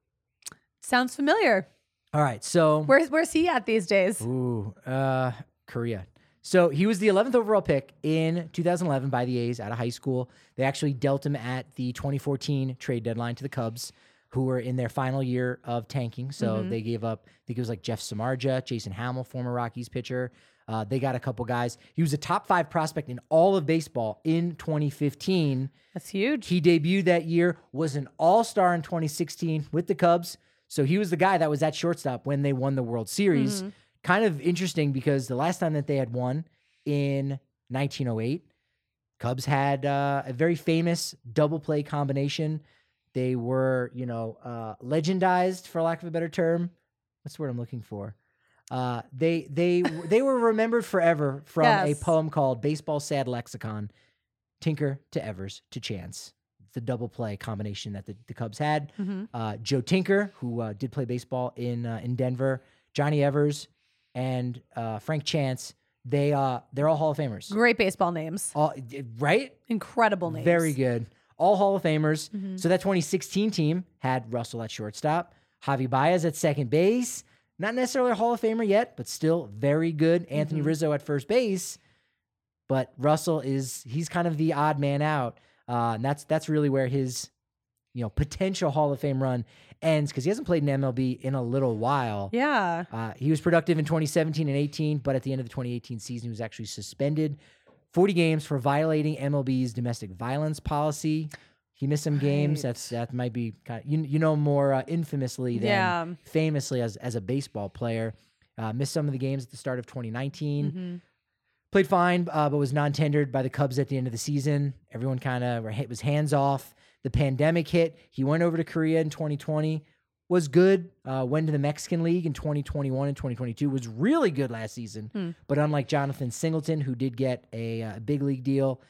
Speaker 2: Sounds familiar.
Speaker 1: All right. So,
Speaker 2: Where's where's he at these days?
Speaker 1: Ooh, uh, Korea. So he was the 11th overall pick in 2011 by the A's out of high school. They actually dealt him at the 2014 trade deadline to the Cubs, who were in their final year of tanking. So they gave up, I think it was like Jeff Samarja, Jason Hamill, former Rockies pitcher. Uh, they got a couple guys. He was a top five prospect in all of baseball in 2015.
Speaker 2: That's huge.
Speaker 1: He debuted that year, was an all star in 2016 with the Cubs. So he was the guy that was at shortstop when they won the World Series. Kind of interesting because the last time that they had won in 1908, Cubs had uh, a very famous double play combination. They were, you know, uh, legendized for lack of a better term. What's the word I'm looking for? Uh, they they they were remembered forever from
Speaker 2: Yes.
Speaker 1: a poem called "Baseball Sad Lexicon." Tinker to Evers to Chance, the double play combination that the, the Cubs had. Uh, Joe Tinker, who uh, did play baseball in uh, in Denver, Johnny Evers, and uh, Frank Chance. They uh, they're all Hall of Famers.
Speaker 2: Great baseball names.
Speaker 1: All eh, right,
Speaker 2: Incredible names.
Speaker 1: very good. All Hall of Famers. So that 2016 team had Russell at shortstop, Javi Baez at second base. Not necessarily a Hall of Famer yet, but still very good. Anthony Rizzo at first base. But Russell is he's kind of the odd man out. Uh, and that's that's really where his you know potential Hall of Fame run ends because he hasn't played in MLB in a little while.
Speaker 2: Yeah.
Speaker 1: Uh, he was productive in 2017 and 18, but at the end of the 2018 season, he was actually suspended 40 games for violating MLB's domestic violence policy. He missed some games. That's that might be kind you you know more uh, infamously than
Speaker 2: Yeah.
Speaker 1: famously as as a baseball player. Uh, missed some of the games at the start of 2019. Played fine, uh, but was non-tendered by the Cubs at the end of the season. Everyone kind of was hands off. The pandemic hit. He went over to Korea in 2020. Was good. Uh, went to the Mexican League in 2021 and 2022. Was really good last season.
Speaker 2: Hmm.
Speaker 1: But unlike Jonathan Singleton, who did get a uh, big league deal,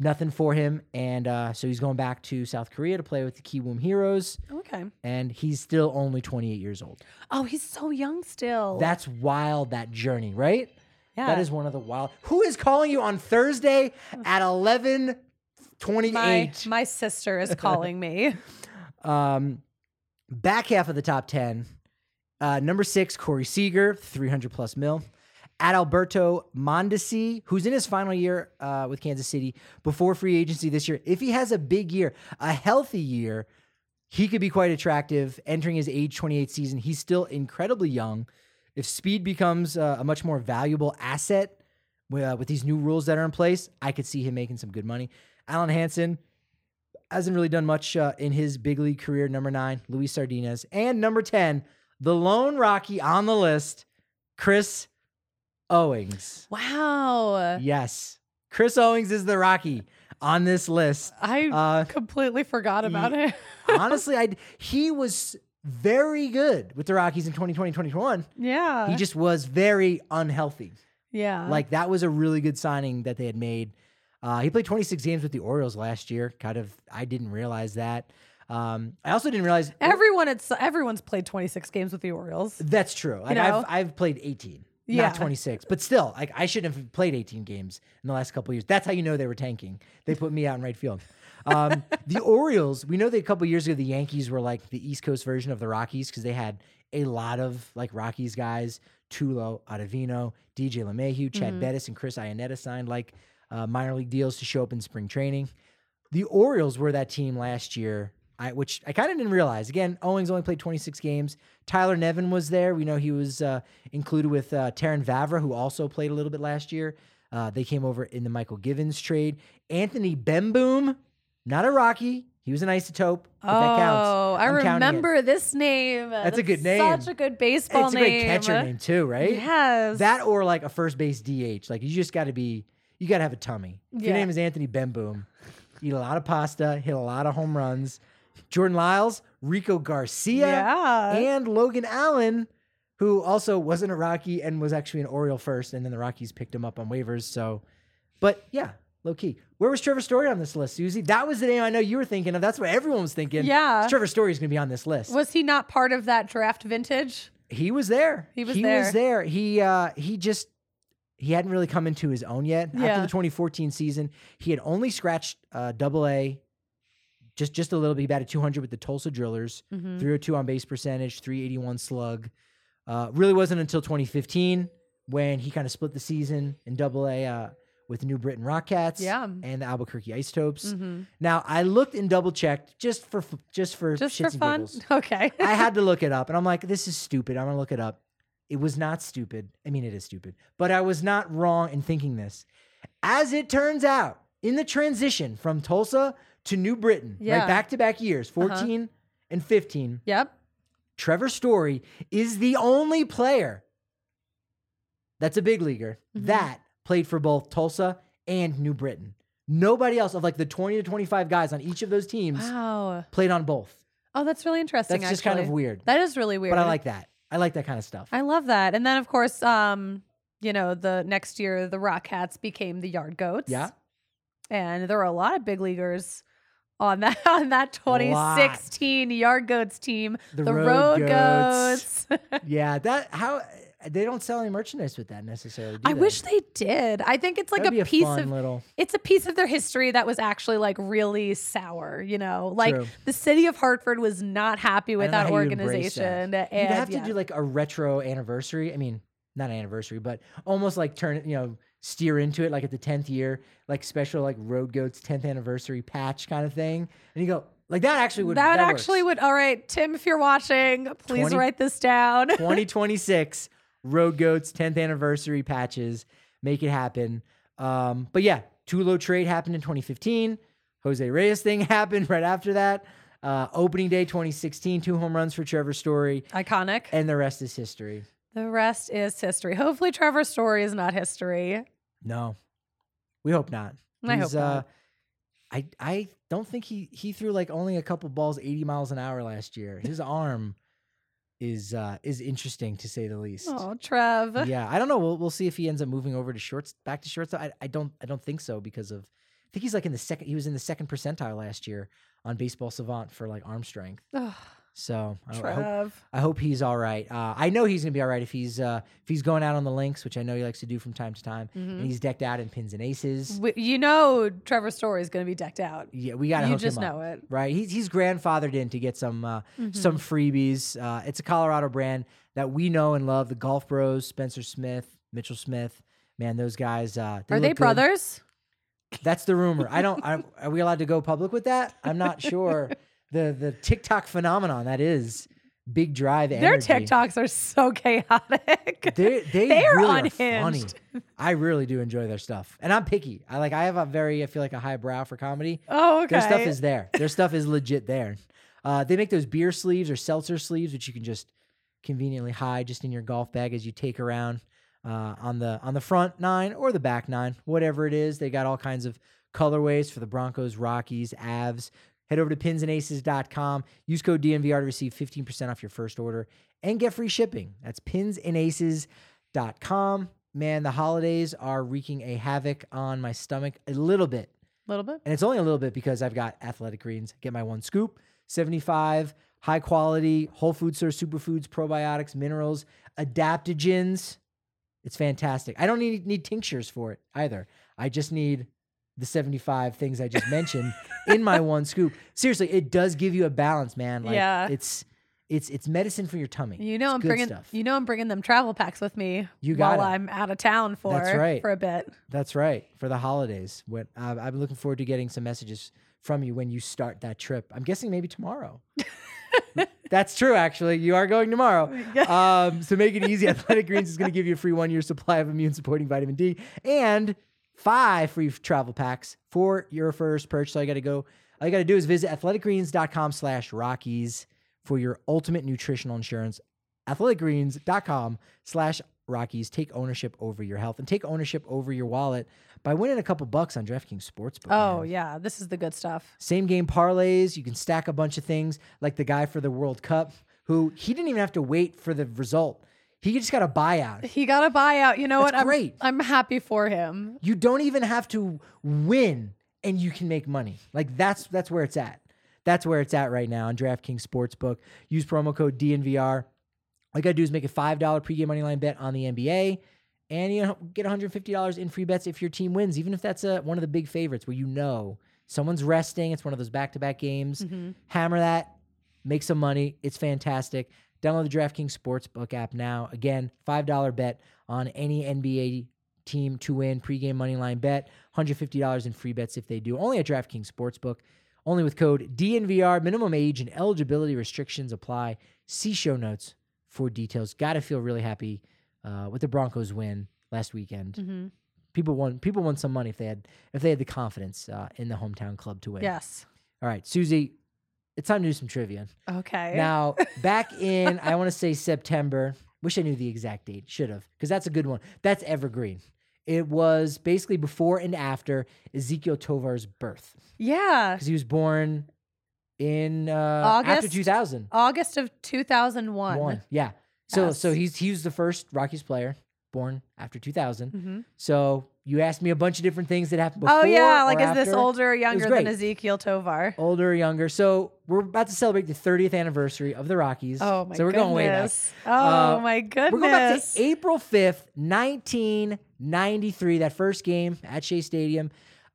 Speaker 1: nothing for him. And uh, so he's going back to South Korea to play with the Kiwoom Heroes.
Speaker 2: Okay.
Speaker 1: And he's still only 28 years old.
Speaker 2: Oh, he's so young still.
Speaker 1: That's wild, that journey, right?
Speaker 2: yeah.
Speaker 1: That is one of the wild. Who is calling you on Thursday at 11
Speaker 2: my
Speaker 1: 28?
Speaker 2: my sister is calling me.
Speaker 1: Um, back half of the top 10. Uh, number six, Corey Seager, 300 plus mil. Adalberto Mondesi, who's in his final year uh, with Kansas City before free agency this year. If he has a big year, a healthy year, he could be quite attractive entering his age 28 season. He's still incredibly young. If speed becomes uh, a much more valuable asset with, uh, with these new rules that are in place, I could see him making some good money. Alan Hansen, hasn't really done much uh, in his big league career. Number nine, Luis Sardinas, and number ten, the lone Rocky on the list, Chris Owings.
Speaker 2: Wow.
Speaker 1: Yes, Chris Owings is the Rocky on this list.
Speaker 2: I
Speaker 1: Uh,
Speaker 2: completely forgot about it.
Speaker 1: Honestly, I he was very good with the Rockies in 2020, 2021.
Speaker 2: yeah.
Speaker 1: He just was very unhealthy.
Speaker 2: yeah.
Speaker 1: Like that was a really good signing that they had made. Uh, he played 26 games with the Orioles last year. Kind of, I didn't realize that. Um, I also didn't realize
Speaker 2: everyone it's everyone's played 26 games with the Orioles.
Speaker 1: That's true. Like,
Speaker 2: know?
Speaker 1: I've I've played 18,
Speaker 2: Yeah.
Speaker 1: not 26, but still, like I shouldn't have played 18 games in the last couple years. That's how you know they were tanking. They put me out in right field. Um, the Orioles, we know that a couple years ago the Yankees were like the East Coast version of the Rockies because they had a lot of like Rockies guys, Tulo, Ottavino, DJ LeMahieu, Chad
Speaker 2: Mm-hmm.
Speaker 1: Bettis, and Chris Iannetta signed like uh, minor league deals to show up in spring training. The Orioles were that team last year, I, which I kind of didn't realize. Again, Owings only played 26 games. Tyler Nevin was there. We know he was uh, included with uh, Taryn Vavra, who also played a little bit last year. Uh, they came over in the Michael Givens trade. Anthony Bemboom, not a Rocky. He was an isotope, but
Speaker 2: oh,
Speaker 1: that counts.
Speaker 2: I
Speaker 1: I'm counting it.
Speaker 2: remember this name. That's,
Speaker 1: a good name.
Speaker 2: Such a good baseball
Speaker 1: it's a
Speaker 2: name.
Speaker 1: great catcher name too, right?
Speaker 2: Yes.
Speaker 1: That or like a first base DH. Like you just got to be, you got to have a tummy. If
Speaker 2: Yeah.
Speaker 1: Your name is Anthony Bemboom. Eat a lot of pasta, hit a lot of home runs. Jordan Lyles, Rico Garcia,
Speaker 2: Yeah.
Speaker 1: and Logan Allen who also wasn't a Rocky and was actually an Oriole first, and then the Rockies picked him up on waivers. So, but yeah, low key. Where was Trevor Story on this list, Susie? That was the name I know you were thinking of. That's what everyone was thinking.
Speaker 2: Yeah.
Speaker 1: Trevor Story is going to be on this list.
Speaker 2: Was he not part of that draft vintage?
Speaker 1: He was there.
Speaker 2: He was
Speaker 1: he
Speaker 2: there.
Speaker 1: Was there. He uh, he just he hadn't really come into his own yet. After
Speaker 2: Yeah.
Speaker 1: the 2014 season, he had only scratched uh, Double A, just just a little bit. He batted 200 with the Tulsa Drillers,
Speaker 2: Mm-hmm.
Speaker 1: 302 on base percentage, 381 slug. Uh, really wasn't until 2015 when he kind of split the season in Double A uh, with the New Britain Rockcats
Speaker 2: Yeah.
Speaker 1: and the Albuquerque Ice Topes.
Speaker 2: Mhm.
Speaker 1: Now I looked and double checked just for f- just for
Speaker 2: Just
Speaker 1: shits
Speaker 2: for
Speaker 1: and
Speaker 2: fun?
Speaker 1: giggles.
Speaker 2: Okay.
Speaker 1: I had to look it up, and I'm like, this is stupid. I'm gonna look it up. It was not stupid. I mean, it is stupid, but I was not wrong in thinking this. As it turns out, in the transition from Tulsa to New Britain,
Speaker 2: Yeah. Uh-huh.
Speaker 1: right back to back years, 14 and 15,
Speaker 2: yep.
Speaker 1: Trevor Story is the only player that's a big leaguer
Speaker 2: Mm-hmm.
Speaker 1: that played for both Tulsa and New Britain. Nobody else of like the 20 to 25 guys on each of those teams
Speaker 2: Wow.
Speaker 1: played on both.
Speaker 2: Oh, that's really interesting.
Speaker 1: That's just kind of
Speaker 2: actually.
Speaker 1: weird.
Speaker 2: That is really weird.
Speaker 1: But I like that. I like that kind of stuff.
Speaker 2: I love that. And then of course, um, you know, the next year the Rock Hats became the Yard Goats.
Speaker 1: Yeah.
Speaker 2: And there were a lot of big leaguers on that on that 2016 Yard Goats team.
Speaker 1: The
Speaker 2: The,
Speaker 1: Road
Speaker 2: Road,
Speaker 1: Goats.
Speaker 2: Goats.
Speaker 1: yeah, that how they don't sell any merchandise with that necessarily. do
Speaker 2: I
Speaker 1: they?
Speaker 2: wish they did. I think it's like
Speaker 1: That'd be
Speaker 2: a piece
Speaker 1: fun
Speaker 2: of
Speaker 1: little.
Speaker 2: it's a piece of their history that was actually like really sour, you know. Like
Speaker 1: True.
Speaker 2: the city of Hartford was not happy
Speaker 1: I
Speaker 2: with
Speaker 1: don't know
Speaker 2: that
Speaker 1: how you embrace that.
Speaker 2: organization.
Speaker 1: You'd
Speaker 2: and
Speaker 1: have to
Speaker 2: yeah.
Speaker 1: do like a retro anniversary. I mean, not anniversary, but almost like turn it, you know, steer into it like at the tenth year, like special like Road Goats tenth anniversary patch kind of thing. And you go like that actually would
Speaker 2: that,
Speaker 1: that
Speaker 2: actually would all right, Tim, if you're watching, please
Speaker 1: 20
Speaker 2: write this down.
Speaker 1: twenty twenty six Road Goats tenth anniversary patches make it happen. Um, but yeah, Tulo trade happened in twenty fifteen. Jose Reyes thing happened right after that. Uh, opening day 2016, two home runs for Trevor Story,
Speaker 2: Iconic.
Speaker 1: and the rest is history.
Speaker 2: The rest is history. Hopefully, Trevor's story is not history.
Speaker 1: No, we hope not.
Speaker 2: I hope
Speaker 1: uh,
Speaker 2: not.
Speaker 1: I I don't think he he threw like only a couple balls 80 miles an hour last year. His arm is uh is interesting to say the least.
Speaker 2: Oh, Trev.
Speaker 1: Yeah, I don't know. We'll we'll see if he ends up moving over to shorts back to shortstop. I, I don't I don't think so because of I think he's like in the second he was in the second percentile last year on baseball savant for like arm strength.
Speaker 2: Ugh,
Speaker 1: So Oh, I, I hope
Speaker 2: Trev.
Speaker 1: I hope he's all right. Uh, I know he's gonna be all right if he's uh, if he's going out on the links, which I know he likes to do from time to time,
Speaker 2: Mm-hmm.
Speaker 1: and he's decked out in pins and aces.
Speaker 2: W- You know, Trevor's story is going to be decked out.
Speaker 1: Yeah, we gotta
Speaker 2: You
Speaker 1: hook him
Speaker 2: just
Speaker 1: up,
Speaker 2: know it.
Speaker 1: right? He's he's grandfathered in to get some uh,
Speaker 2: Mm-hmm.
Speaker 1: some freebies. Uh, it's a Colorado brand that we know and love. The Golf Bros, Spencer Smith, Mitchell Smith, man, those guys. Uh,
Speaker 2: Are they
Speaker 1: look good.
Speaker 2: brothers?
Speaker 1: That's the rumor. I don't. I, are we allowed to go public with that? I'm not sure. the the TikTok phenomenon that is big drive.
Speaker 2: Their
Speaker 1: energy.
Speaker 2: TikToks are so chaotic.
Speaker 1: they they,
Speaker 2: They are
Speaker 1: really
Speaker 2: unhinged.
Speaker 1: funny. I really do enjoy their stuff, and I'm picky. I like I have a very I feel like a high brow for comedy.
Speaker 2: oh, okay.
Speaker 1: Their stuff is there. Their stuff is legit there. Uh, they make those beer sleeves or seltzer sleeves, which you can just conveniently hide just in your golf bag as you take around uh, on the on the front nine or the back nine, whatever it is. They got all kinds of colorways for the Broncos, Rockies, Avs. Head over to pinsandaces.com. Use code DNVR to receive 15% off your first order and get free shipping. That's pinsandaces.com. Man, the holidays are wreaking a havoc on my stomach a little bit.
Speaker 2: a little bit.
Speaker 1: And it's only a little bit because I've got athletic greens. Get my one scoop, 75, high quality, whole food source, superfoods, probiotics, minerals, adaptogens. It's fantastic. I don't need, need tinctures for it either. I just need the 75 things I just mentioned in my one scoop. Seriously, it does give you a balance, man. Like
Speaker 2: Yeah.
Speaker 1: it's it's it's medicine for your tummy.
Speaker 2: You know,
Speaker 1: It's
Speaker 2: I'm
Speaker 1: good
Speaker 2: bringing.
Speaker 1: stuff.
Speaker 2: You know, I'm bringing them travel packs with me
Speaker 1: You
Speaker 2: while
Speaker 1: gotta.
Speaker 2: I'm out of town for
Speaker 1: That's right.
Speaker 2: for a bit.
Speaker 1: That's right. For the holidays. When uh, I've been looking forward to getting some messages from you when you start that trip. I'm guessing maybe tomorrow. That's true, actually. You are going tomorrow. Um, so make it easy. Athletic Greens is going to give you a free one year supply of immune supporting vitamin D and five free travel packs for your first purchase. All you got to go, all you got to do is visit athleticgreens.com slash Rockies for your ultimate nutritional insurance athleticgreens.com slash rockies take ownership over your health and take ownership over your wallet by winning a couple bucks on draftkings sportsbook
Speaker 2: Oh
Speaker 1: man.
Speaker 2: yeah, this is the good stuff.
Speaker 1: same game parlays you can stack a bunch of things like the guy for the world cup who he didn't even have to wait for the result He just got a buyout.
Speaker 2: He got a buyout. You know
Speaker 1: That's
Speaker 2: what? I'm,
Speaker 1: great.
Speaker 2: I'm happy for him.
Speaker 1: You don't even have to win and you can make money. Like that's that's where it's at. That's where it's at right now on DraftKings Sportsbook. Use promo code DNVR. All you gotta do is make a five dollar pregame money line bet on the NBA, and you know, get one hundred fifty dollars in free bets if your team wins, even if that's a, one of the big favorites where you know someone's resting. It's one of those back to back games. Hammer that, make some money. It's fantastic. Download the DraftKings Sportsbook app now. Again, five dollar bet on any NBA team to win pregame money line bet, hundred fifty dollars in free bets if they do. Only at DraftKings Sportsbook. Only with code DNVR. Minimum age and eligibility restrictions apply. See show notes for details. Got to feel really happy uh, with the Broncos win last weekend.
Speaker 2: Mm. Mm-hmm.
Speaker 1: People won. People won some money if they had if they had the confidence uh, in the hometown club to win.
Speaker 2: Yes.
Speaker 1: All right, Susie, it's time to do some trivia.
Speaker 2: Okay.
Speaker 1: Now, back in, I want to say September. Wish I knew the exact date. Should have, because that's a good one. That's evergreen. It was basically before and after Ezekiel Tovar's birth,
Speaker 2: yeah.
Speaker 1: because he was born in uh, after
Speaker 2: August
Speaker 1: 2000.
Speaker 2: August of 2001.
Speaker 1: One, yeah. So,
Speaker 2: Yes.
Speaker 1: so he's he was the first Rockies player born after 2000.
Speaker 2: Mhm.
Speaker 1: So you asked me a bunch of different things that happened. before
Speaker 2: Oh yeah, like
Speaker 1: or
Speaker 2: is this
Speaker 1: after.
Speaker 2: older or younger than
Speaker 1: great. Oh,
Speaker 2: Ezekiel Tovar?
Speaker 1: older or younger. So we're about to celebrate the 30th anniversary of the Rockies.
Speaker 2: Oh my
Speaker 1: So we're
Speaker 2: goodness.
Speaker 1: going way back.
Speaker 2: Oh
Speaker 1: Uh,
Speaker 2: my goodness.
Speaker 1: We're going back to April 5th, 1993, that first game at Shea Stadium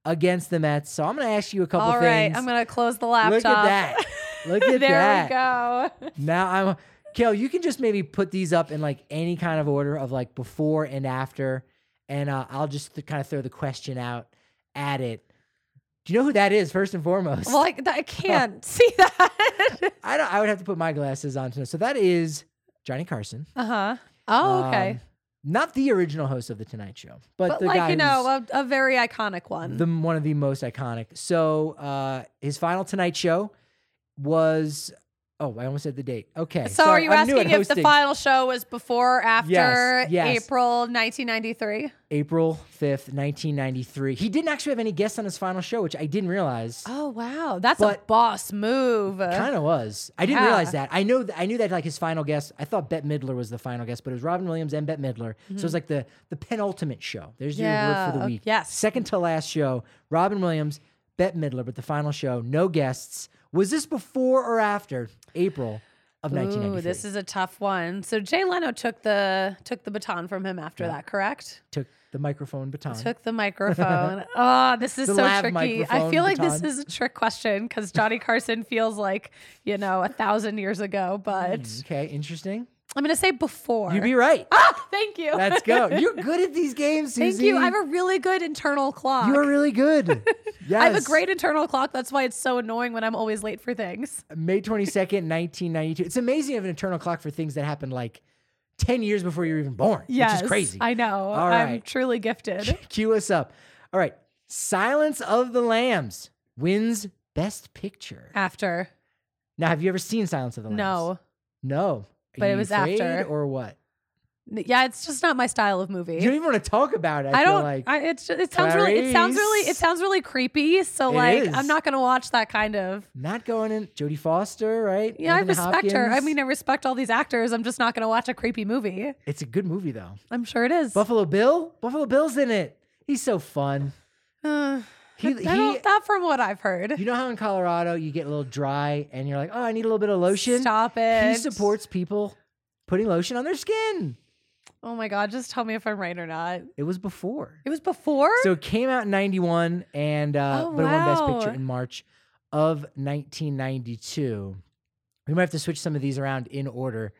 Speaker 1: against the Mets. So I'm going to ask you a couple
Speaker 2: All right,
Speaker 1: things.
Speaker 2: I'm gonna close the laptop.
Speaker 1: Look at that. Look at
Speaker 2: there
Speaker 1: that.
Speaker 2: we go.
Speaker 1: Now I'm Kale, you can just maybe put these up in like any kind of order of like before and after and uh, I'll just th- kind of throw the question out at it. Do you know who that is first and foremost?
Speaker 2: Well, I, I can't see that.
Speaker 1: I don't I would have to put my glasses on to know. So that is Johnny Carson.
Speaker 2: uh huh. Oh, okay.
Speaker 1: Um, not the original host of the Tonight Show, but,
Speaker 2: but
Speaker 1: the guy
Speaker 2: like
Speaker 1: who's
Speaker 2: you know, a, a very iconic one.
Speaker 1: the one of the most iconic. So uh, his final Tonight Show was oh, I almost said the date. Okay,
Speaker 2: so, are you
Speaker 1: I'm new at
Speaker 2: asking if the
Speaker 1: hosting.
Speaker 2: final show was before or after
Speaker 1: Yes, yes.
Speaker 2: April 1993?
Speaker 1: April fifth, nineteen ninety three? He didn't actually have any guests on his final show, which I didn't realize.
Speaker 2: Oh wow, that's a
Speaker 1: But-
Speaker 2: boss move.
Speaker 1: Kind of was. I didn't
Speaker 2: Uh, Yeah.
Speaker 1: realize that. I know. Th- I knew that like his final guest. I thought Bette Midler was the final guest, but it was Robin Williams and Bette Midler. So it was like the the penultimate show. There's your word for
Speaker 2: Mm-hmm. Yeah,
Speaker 1: the
Speaker 2: ok-
Speaker 1: week.
Speaker 2: yes.
Speaker 1: Second to last show. Robin Williams, Bette Midler, but the final show, no guests. Was this before or after April of
Speaker 2: Ooh,
Speaker 1: 1993?
Speaker 2: this is a tough one. So Jay Leno took the took the baton from him after that, correct?
Speaker 1: took the microphone baton.
Speaker 2: Took the microphone. oh, this is
Speaker 1: The
Speaker 2: so
Speaker 1: lav
Speaker 2: tricky. I
Speaker 1: microphone
Speaker 2: feel like
Speaker 1: baton.
Speaker 2: this is a trick question because Johnny Carson feels like you know a thousand years ago, but
Speaker 1: okay, interesting.
Speaker 2: I'm gonna say before.
Speaker 1: You'd be right.
Speaker 2: Thank you.
Speaker 1: Let's go. You're good at these games,
Speaker 2: Thank
Speaker 1: Susie.
Speaker 2: you. I have a really good internal clock.
Speaker 1: You are really good. Yes.
Speaker 2: I have a great internal clock. That's why it's so annoying when I'm always late for things.
Speaker 1: May 22nd, 1992. It's amazing you have an internal clock for things that happened like 10 years before you were even born,
Speaker 2: Yes,
Speaker 1: which is crazy.
Speaker 2: I know.
Speaker 1: All
Speaker 2: I'm
Speaker 1: right.
Speaker 2: truly gifted.
Speaker 1: Cue us up. All right. Silence of the Lambs wins Best Picture.
Speaker 2: After
Speaker 1: Now, have you ever seen Silence of the Lambs?
Speaker 2: no,
Speaker 1: No. Are
Speaker 2: But it
Speaker 1: you
Speaker 2: was
Speaker 1: afraid
Speaker 2: after.
Speaker 1: Or what?
Speaker 2: N- yeah, it's just not my style of movie.
Speaker 1: You don't even want to talk about it. I,
Speaker 2: I
Speaker 1: feel
Speaker 2: don't.
Speaker 1: like.
Speaker 2: I, it's just, it sounds really. It sounds really. It
Speaker 1: Clarice.
Speaker 2: sounds really creepy. So
Speaker 1: It
Speaker 2: like,
Speaker 1: is.
Speaker 2: I'm not gonna watch that kind of.
Speaker 1: not going in. Jodie Foster, right?
Speaker 2: Yeah,
Speaker 1: Anthony
Speaker 2: I respect her. I
Speaker 1: Hopkins.
Speaker 2: mean, I respect all these actors. I'm just not gonna watch a creepy movie.
Speaker 1: it's a good movie, though.
Speaker 2: I'm sure it is.
Speaker 1: Buffalo Bill? Buffalo Bill's in it. He's so fun.
Speaker 2: Uh,
Speaker 1: He,
Speaker 2: I don't, that from what I've heard.
Speaker 1: You know how in Colorado you get a little dry and you're like, oh, I need a little bit of lotion?
Speaker 2: Stop it.
Speaker 1: He supports people putting lotion on their skin.
Speaker 2: Oh my god, just tell me if I'm right or not.
Speaker 1: It was before.
Speaker 2: It was before.
Speaker 1: So it came out in 91 and uh,
Speaker 2: Oh,
Speaker 1: but it won Best
Speaker 2: wow.
Speaker 1: Picture in March of 1992. We might have to switch some of these around in order.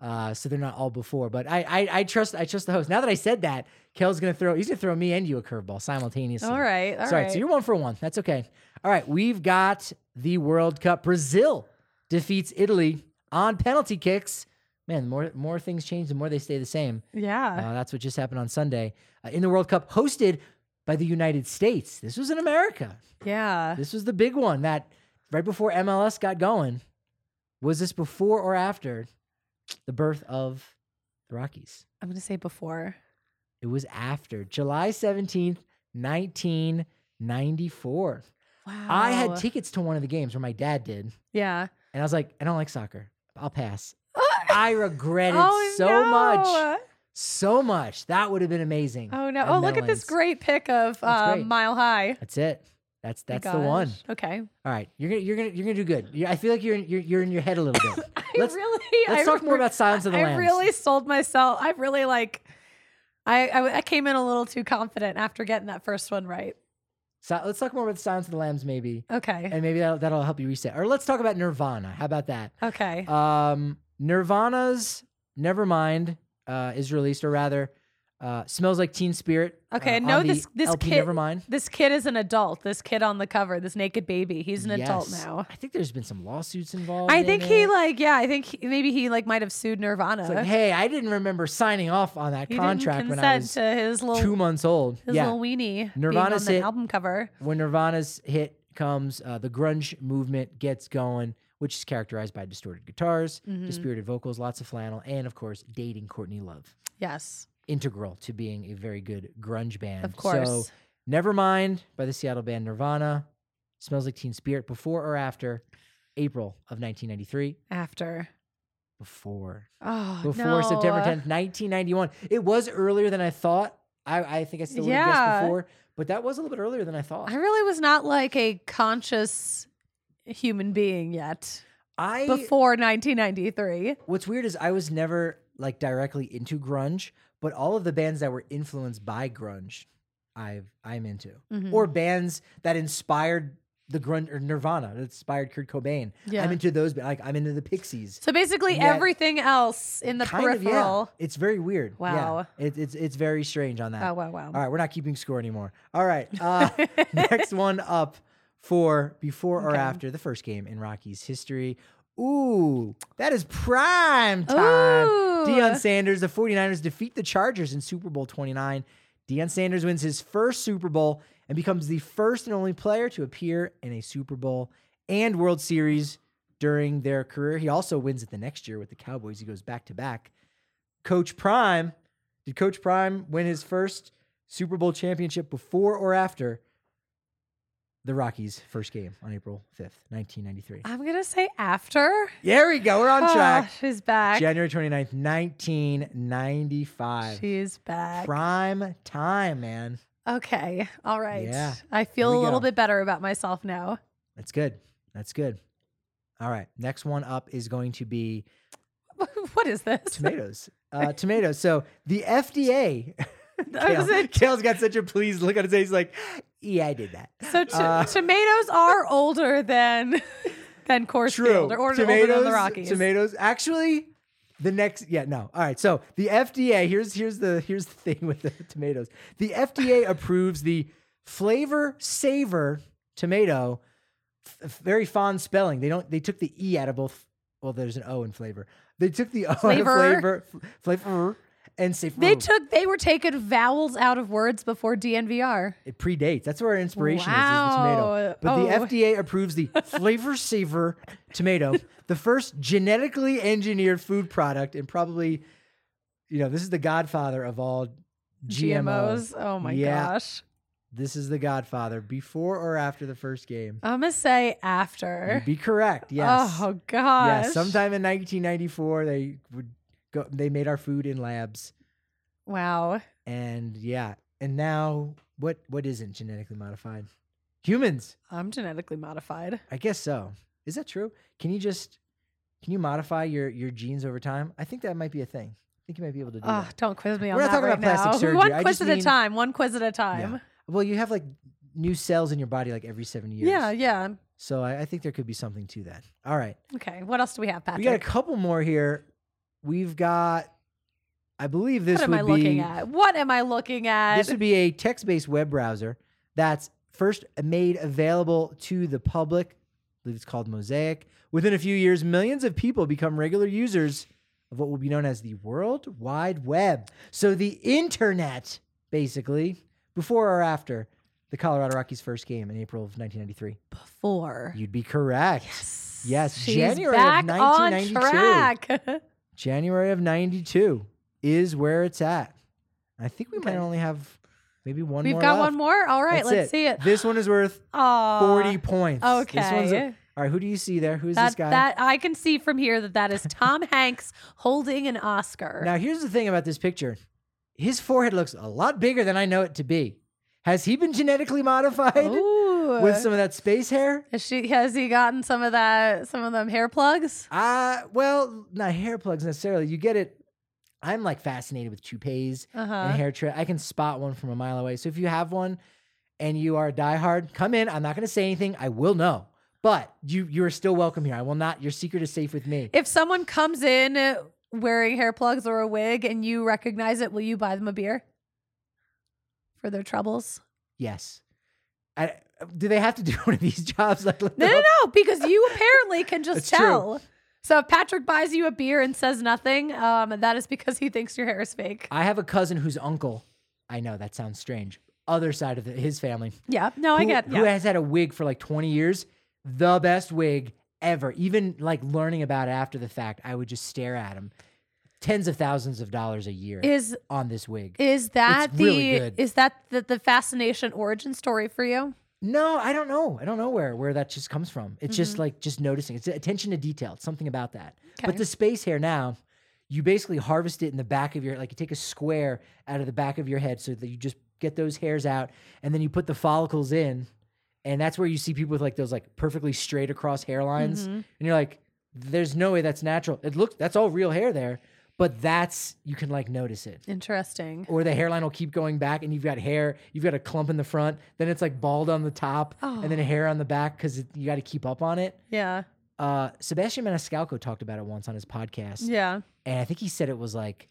Speaker 1: Uh, so they're not all before, but I, I I trust I trust the host. Now that I said that, Kel's gonna throw he's gonna throw me and you a curveball simultaneously.
Speaker 2: all right. all right.
Speaker 1: Sorry, so you're one for one. That's okay. All right, we've got the World Cup. Brazil defeats Italy on penalty kicks. Man, the more more things change, the more they stay the same.
Speaker 2: yeah.
Speaker 1: Uh, that's what just happened on Sunday uh, in the World Cup, hosted by the United States. This was in America.
Speaker 2: yeah.
Speaker 1: This was the big one that right before MLS got going. Was this before or after the birth of the Rockies?
Speaker 2: I'm gonna say before.
Speaker 1: It was after July 17th, 1994.
Speaker 2: Wow.
Speaker 1: I had tickets to one of the games, or my dad did,
Speaker 2: yeah.
Speaker 1: and I was like, I don't like soccer. I'll pass. I regret it
Speaker 2: Oh,
Speaker 1: so
Speaker 2: no.
Speaker 1: much. So much. That would have been amazing.
Speaker 2: Oh no!
Speaker 1: at
Speaker 2: Oh, look at this
Speaker 1: Mellon's.
Speaker 2: great pick of uh,
Speaker 1: great.
Speaker 2: Mile High.
Speaker 1: That's it. That's that's the
Speaker 2: Gosh.
Speaker 1: one.
Speaker 2: Okay.
Speaker 1: All right, you're gonna you're gonna you're gonna do good. You're, I feel like you're in, you're you're in your head a little bit. let's
Speaker 2: I really.
Speaker 1: let's
Speaker 2: I
Speaker 1: talk more
Speaker 2: re-
Speaker 1: about Silence of the
Speaker 2: I
Speaker 1: Lambs.
Speaker 2: really sold myself. I really like. I, I I came in a little too confident after getting that first one right.
Speaker 1: So, let's talk more about Silence of the Lambs, maybe,
Speaker 2: Okay.
Speaker 1: and maybe that'll, that'll help you reset. Or let's talk about Nirvana. How about that?
Speaker 2: Okay.
Speaker 1: Um, Nirvana's Nevermind uh, is released, or rather, uh, smells like Teen Spirit.
Speaker 2: Okay,
Speaker 1: uh,
Speaker 2: no,
Speaker 1: on the
Speaker 2: this- this
Speaker 1: LP
Speaker 2: kid-
Speaker 1: Nevermind.
Speaker 2: This kid is an adult. This kid on the cover, this naked baby, he's an adult
Speaker 1: Yes.
Speaker 2: now.
Speaker 1: I think there's been some lawsuits involved.
Speaker 2: I
Speaker 1: in
Speaker 2: think he
Speaker 1: it.
Speaker 2: like yeah. I think he, maybe he like might have sued Nirvana.
Speaker 1: It's like, hey, I didn't remember signing off on that
Speaker 2: he
Speaker 1: contract
Speaker 2: didn't
Speaker 1: when
Speaker 2: consent
Speaker 1: I was
Speaker 2: to his little
Speaker 1: two months old.
Speaker 2: his
Speaker 1: yeah,
Speaker 2: little weenie being on
Speaker 1: Nirvana's
Speaker 2: the
Speaker 1: hit-
Speaker 2: album cover.
Speaker 1: when Nirvana's hit comes, uh, the grunge movement gets going, which is characterized by distorted guitars,
Speaker 2: Mm-hmm.
Speaker 1: dispirited vocals, lots of flannel, and of course, dating Courtney Love.
Speaker 2: Yes,
Speaker 1: Integral to being a very good grunge band.
Speaker 2: of course.
Speaker 1: So, Nevermind by the Seattle band Nirvana. Smells like Teen Spirit before or after April of 1993.
Speaker 2: After
Speaker 1: Before.
Speaker 2: oh
Speaker 1: Before
Speaker 2: no.
Speaker 1: September 10th, 1991. It was earlier than I thought. I, I think I still would have
Speaker 2: Yeah.
Speaker 1: guessed before, but that was a little bit earlier than I thought.
Speaker 2: I really was not like a conscious human being yet
Speaker 1: I
Speaker 2: before 1993.
Speaker 1: What's weird is I was never like directly into grunge, but all of the bands that were influenced by grunge, I've I'm into,
Speaker 2: Mhm.
Speaker 1: or bands that inspired the grunge or Nirvana, that inspired Kurt Cobain.
Speaker 2: Yeah.
Speaker 1: I'm into those. ba- Like I'm into the Pixies.
Speaker 2: So basically,
Speaker 1: Yet-
Speaker 2: everything else in the
Speaker 1: Kind of, yeah.
Speaker 2: peripheral.
Speaker 1: It's very weird. Yeah.
Speaker 2: Wow.
Speaker 1: It, it's it's very strange on that.
Speaker 2: Oh wow wow.
Speaker 1: All right, we're not keeping score anymore. All right, uh, next one up for before or
Speaker 2: Okay.
Speaker 1: after the first game in Rockies history. Ooh, that is prime time. Deion
Speaker 2: Ooh.
Speaker 1: Sanders, the 49ers defeat the Chargers in Super Bowl 29. Deion Sanders wins his first Super Bowl and becomes the first and only player to appear in a Super Bowl and World Series during their career. He also wins it the next year with the Cowboys. He goes back to back. Coach Prime, did Coach Prime win his first Super Bowl championship before or after the Rockies' first game on April 5th, 1993?
Speaker 2: I'm gonna say after.
Speaker 1: There we go. We're on track.
Speaker 2: Oh, she's back.
Speaker 1: January 29th, 1995.
Speaker 2: She's back.
Speaker 1: Prime time, man.
Speaker 2: okay. All right.
Speaker 1: Yeah.
Speaker 2: I feel
Speaker 1: Here
Speaker 2: a
Speaker 1: we
Speaker 2: little
Speaker 1: go.
Speaker 2: bit better about myself now.
Speaker 1: That's good. That's good. All right. Next one up is going to be
Speaker 2: what is this?
Speaker 1: tomatoes. Uh, tomatoes. So the FDA.
Speaker 2: I was like,
Speaker 1: Kale, has got such a pleased look on his face. He's like, yeah, I did that.
Speaker 2: so to-
Speaker 1: Uh,
Speaker 2: tomatoes are older than than Coors Field or older, older than the Rockies.
Speaker 1: Tomatoes. Actually, the next yeah, no. All right. So the FDA, here's here's the here's the thing with the tomatoes. The FDA approves the flavor savor tomato. F- very fond spelling. They don't they took the E out of both well, there's an O in flavor. They took the O out of
Speaker 2: Flavor. Uh-huh.
Speaker 1: flavor f- flavor and say
Speaker 2: They took they were taking vowels out of words before DNVR.
Speaker 1: It predates. That's where our inspiration is, is the tomato.
Speaker 2: Wow.
Speaker 1: But
Speaker 2: Oh.
Speaker 1: the FDA approves the flavor saver tomato, the first genetically engineered food product, and probably, you know, this is the godfather of all GMOs.
Speaker 2: GMOs. Oh my
Speaker 1: Yeah.
Speaker 2: gosh.
Speaker 1: This is the godfather before or after the first game.
Speaker 2: I'm gonna say
Speaker 1: You'd
Speaker 2: after.
Speaker 1: be correct. Yes.
Speaker 2: Oh
Speaker 1: yeah.
Speaker 2: gosh.
Speaker 1: Sometime in 1994, they would go. They made our food in labs,
Speaker 2: Wow.
Speaker 1: and yeah, and now what? What isn't genetically modified? Humans.
Speaker 2: I'm genetically modified.
Speaker 1: I guess so. Is that true? Can you just can you modify your your genes over time? I think that might be a thing. I think you might be able to do
Speaker 2: Oh,
Speaker 1: that.
Speaker 2: don't quiz me
Speaker 1: We're
Speaker 2: on
Speaker 1: not
Speaker 2: that
Speaker 1: talking
Speaker 2: right
Speaker 1: about plastic
Speaker 2: now.
Speaker 1: surgery. I
Speaker 2: One
Speaker 1: just
Speaker 2: quiz at
Speaker 1: mean-
Speaker 2: a time. One quiz at a time.
Speaker 1: Well, you have like new cells in your body like every seven years.
Speaker 2: Yeah, yeah.
Speaker 1: So I, I think there could be something to that. All right.
Speaker 2: Okay. What else do we have, Patrick?
Speaker 1: We got a couple more here. We've got I believe this
Speaker 2: what am
Speaker 1: would
Speaker 2: I
Speaker 1: be
Speaker 2: looking at? What am I looking at?
Speaker 1: This would be a text based web browser that's first made available to the public. I believe it's called Mosaic. Within a few years, millions of people become regular users of what will be known as the World Wide Web. So the internet, basically, before or after the Colorado Rockies' first game in April of 1993.
Speaker 2: Before.
Speaker 1: You'd be correct.
Speaker 2: Yes.
Speaker 1: Yes,
Speaker 2: She's
Speaker 1: January of
Speaker 2: back on
Speaker 1: 1992.
Speaker 2: track.
Speaker 1: January of 92 is where it's at. I think we might
Speaker 2: Okay.
Speaker 1: only have maybe one
Speaker 2: We've
Speaker 1: more
Speaker 2: got
Speaker 1: left.
Speaker 2: one more. All right,
Speaker 1: That's
Speaker 2: let's see it.
Speaker 1: This one is worth
Speaker 2: Aw.
Speaker 1: 40 points. This one's a-
Speaker 2: Uh, Okay.
Speaker 1: All right, who do you see there? Who's this
Speaker 2: That,
Speaker 1: guy?
Speaker 2: that I can see from here that that is Tom Hanks holding an Oscar.
Speaker 1: Now, here's the thing about this picture his forehead looks a lot bigger than I know it to be. Has he been genetically modified
Speaker 2: Ooh.
Speaker 1: with some of that space hair?
Speaker 2: Has she has he gotten some of that some of them hair plugs?
Speaker 1: Uh, well, not hair plugs necessarily. You get it. I'm like fascinated with toupees
Speaker 2: Uh-huh.
Speaker 1: and hair trim. I can spot one from a mile away. So if you have one and you are a diehard, come in. I'm not going to say anything. I will know. But you you are still welcome here. I will not. Your secret is safe with me.
Speaker 2: If someone comes in uh, wearing hair plugs or a wig and you recognize it, will you buy them a beer? For their troubles?
Speaker 1: yes. I, do they have to do one of these jobs? Like look
Speaker 2: No,
Speaker 1: them
Speaker 2: no,
Speaker 1: up?
Speaker 2: no, because you apparently can just
Speaker 1: It's true.
Speaker 2: tell. So if Patrick buys you a beer and says nothing, um, that is because he thinks your hair is fake.
Speaker 1: I have a cousin whose uncle. I know that sounds strange. Other side of the, his family.
Speaker 2: Yeah. No, Oh, I
Speaker 1: who,
Speaker 2: get
Speaker 1: who
Speaker 2: yeah.
Speaker 1: has had a wig for like 20 years, the best wig ever. Even like learning about it after the fact, I would just stare at him. Tens of thousands of dollars a year
Speaker 2: Is
Speaker 1: on this wig.
Speaker 2: is that the
Speaker 1: really good.
Speaker 2: is that the, the fascination origin story for you?
Speaker 1: no, I don't know. I don't know where where that just comes from. It's just like just noticing. It's attention to detail. It's something about that. But
Speaker 2: Okay.
Speaker 1: the space hair now, you basically harvest it in the back of your like you take a square out of the back of your head so that you just get those hairs out and then you put the follicles in. And that's where you see people with like those like perfectly straight across hairlines. And you're like, there's no way that's natural. It looks that's all real hair there. But that's you can like notice it
Speaker 2: Interesting.
Speaker 1: or the hairline will keep going back and you've got hair you've got a clump in the front then it's like bald on the top and
Speaker 2: Oh.
Speaker 1: then a hair on the back because you got to keep up on it
Speaker 2: Yeah.
Speaker 1: uh, sebastian maniscalco talked about it once on his podcast
Speaker 2: Yeah.
Speaker 1: and i think he said it was like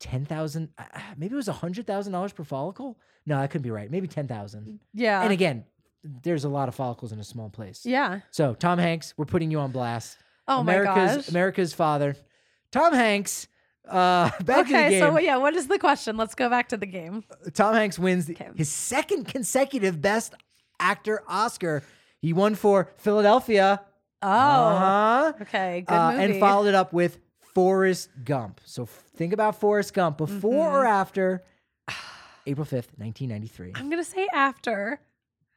Speaker 1: 10000 uh, uh, maybe it was $100000 per follicle no that could be right maybe 10000
Speaker 2: Yeah.
Speaker 1: and again there's a lot of follicles in a small place
Speaker 2: Uh, yeah.
Speaker 1: so tom hanks we're putting you on blast
Speaker 2: Oh my
Speaker 1: america's
Speaker 2: gosh.
Speaker 1: america's father tom hanks uh, back to the
Speaker 2: okay,
Speaker 1: game.
Speaker 2: so yeah, what is the question? Let's go back to the game.
Speaker 1: Tom Hanks wins the-
Speaker 2: Okay.
Speaker 1: his second consecutive Best Actor Oscar. He won for Philadelphia.
Speaker 2: Oh,
Speaker 1: Uh-huh.
Speaker 2: okay, good
Speaker 1: Uh,
Speaker 2: movie.
Speaker 1: and followed it up with Forrest Gump. So f- think about Forrest Gump before
Speaker 2: Mm-hmm.
Speaker 1: or after April 5th, 1993.
Speaker 2: I'm gonna say after.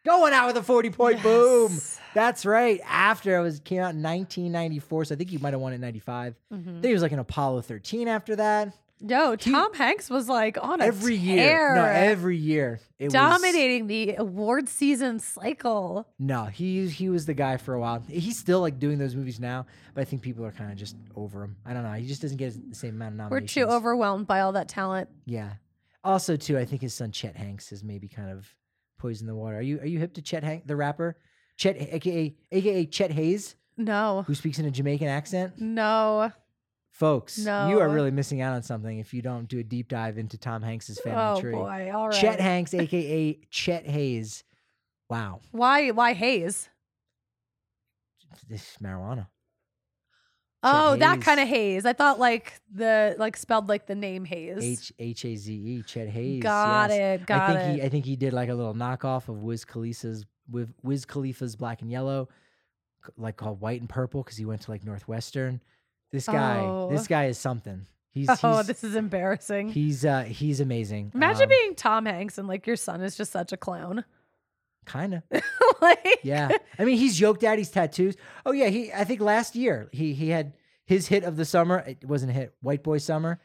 Speaker 1: Going out with a 40 point boom.
Speaker 2: Yes.
Speaker 1: That's right. After it was came out in 1994. So I think he might have won it in 95.
Speaker 2: Mm-hmm.
Speaker 1: I think he was like an Apollo 13 after that.
Speaker 2: Yo, Tom Hanks was like on a
Speaker 1: Every year.
Speaker 2: tear,
Speaker 1: No, every year. It was-
Speaker 2: dominating the award season cycle.
Speaker 1: No, he he was the guy for a while. He's still like doing those movies now, but I think people are kind of just over him. I don't know. He just doesn't get the same amount of
Speaker 2: We're
Speaker 1: nominations.
Speaker 2: too overwhelmed by all that talent.
Speaker 1: Yeah. Also, too, I think his son Chet Hanks has maybe kind of poisoned the water. Are you are you hip to Chet Hanks, the rapper, Chet, aka aka Chet Hayes,
Speaker 2: No,
Speaker 1: who speaks in a Jamaican accent?
Speaker 2: no.
Speaker 1: Folks, you are
Speaker 2: No.
Speaker 1: really missing out on something if you don't do a deep dive into Tom Hanks's family
Speaker 2: Oh
Speaker 1: tree.
Speaker 2: boy, all right.
Speaker 1: Chet Hanks, aka Chet Hayes. Wow,
Speaker 2: why? Why Hayes?
Speaker 1: this is marijuana.
Speaker 2: oh, that
Speaker 1: Hayes.
Speaker 2: kind of Hayes. I thought like the like spelled like the name Hayes.
Speaker 1: H H A Z E, Chet Hayes.
Speaker 2: Got
Speaker 1: yes.
Speaker 2: it. Got
Speaker 1: I think
Speaker 2: it.
Speaker 1: he I think he did like a little knockoff of Wiz Khalifa's with Wiz Khalifa's Black and Yellow, c- like called White and Purple because he went to like Northwestern. This guy,
Speaker 2: Oh.
Speaker 1: this guy is something. He's
Speaker 2: oh,
Speaker 1: he's,
Speaker 2: this is embarrassing.
Speaker 1: he's uh he's amazing.
Speaker 2: Imagine
Speaker 1: Um,
Speaker 2: being Tom Hanks and like your son is just such a clown.
Speaker 1: kinda.
Speaker 2: like,
Speaker 1: Yeah. I mean he's Yoke Daddy's tattoos. Oh yeah, he I think last year he he had his hit of the summer. It wasn't a hit, White Boy Summer.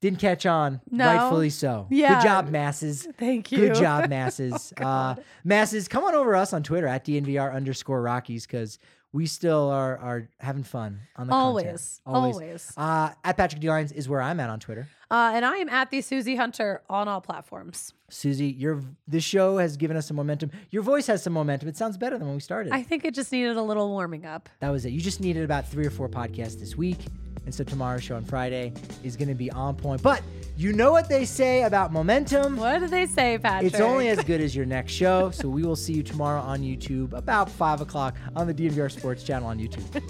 Speaker 1: Didn't catch on.
Speaker 2: No.
Speaker 1: Rightfully so.
Speaker 2: Yeah.
Speaker 1: Good job, masses.
Speaker 2: thank you. Oh,
Speaker 1: Good job, Masses. uh, masses, come on over to us on Twitter at DNVR underscore Rockies because we still are are having fun on the content.
Speaker 2: Always, always.
Speaker 1: Uh, at Patrick D Lines is where I'm at on Twitter.
Speaker 2: Uh, and I am at the Susie Hunter on all platforms.
Speaker 1: Susie, your this show has given us some momentum. Your voice has some momentum. It sounds better than when we started.
Speaker 2: I think it just needed a little warming up.
Speaker 1: that was it. You just needed about three or four podcasts this week. And so tomorrow's show on Friday is going to be on point. But you know what they say about momentum.
Speaker 2: What do they say, Patrick?
Speaker 1: It's only as good as your next show. So we will see you tomorrow on YouTube about 5 o'clock on the DNVR Sports channel on YouTube.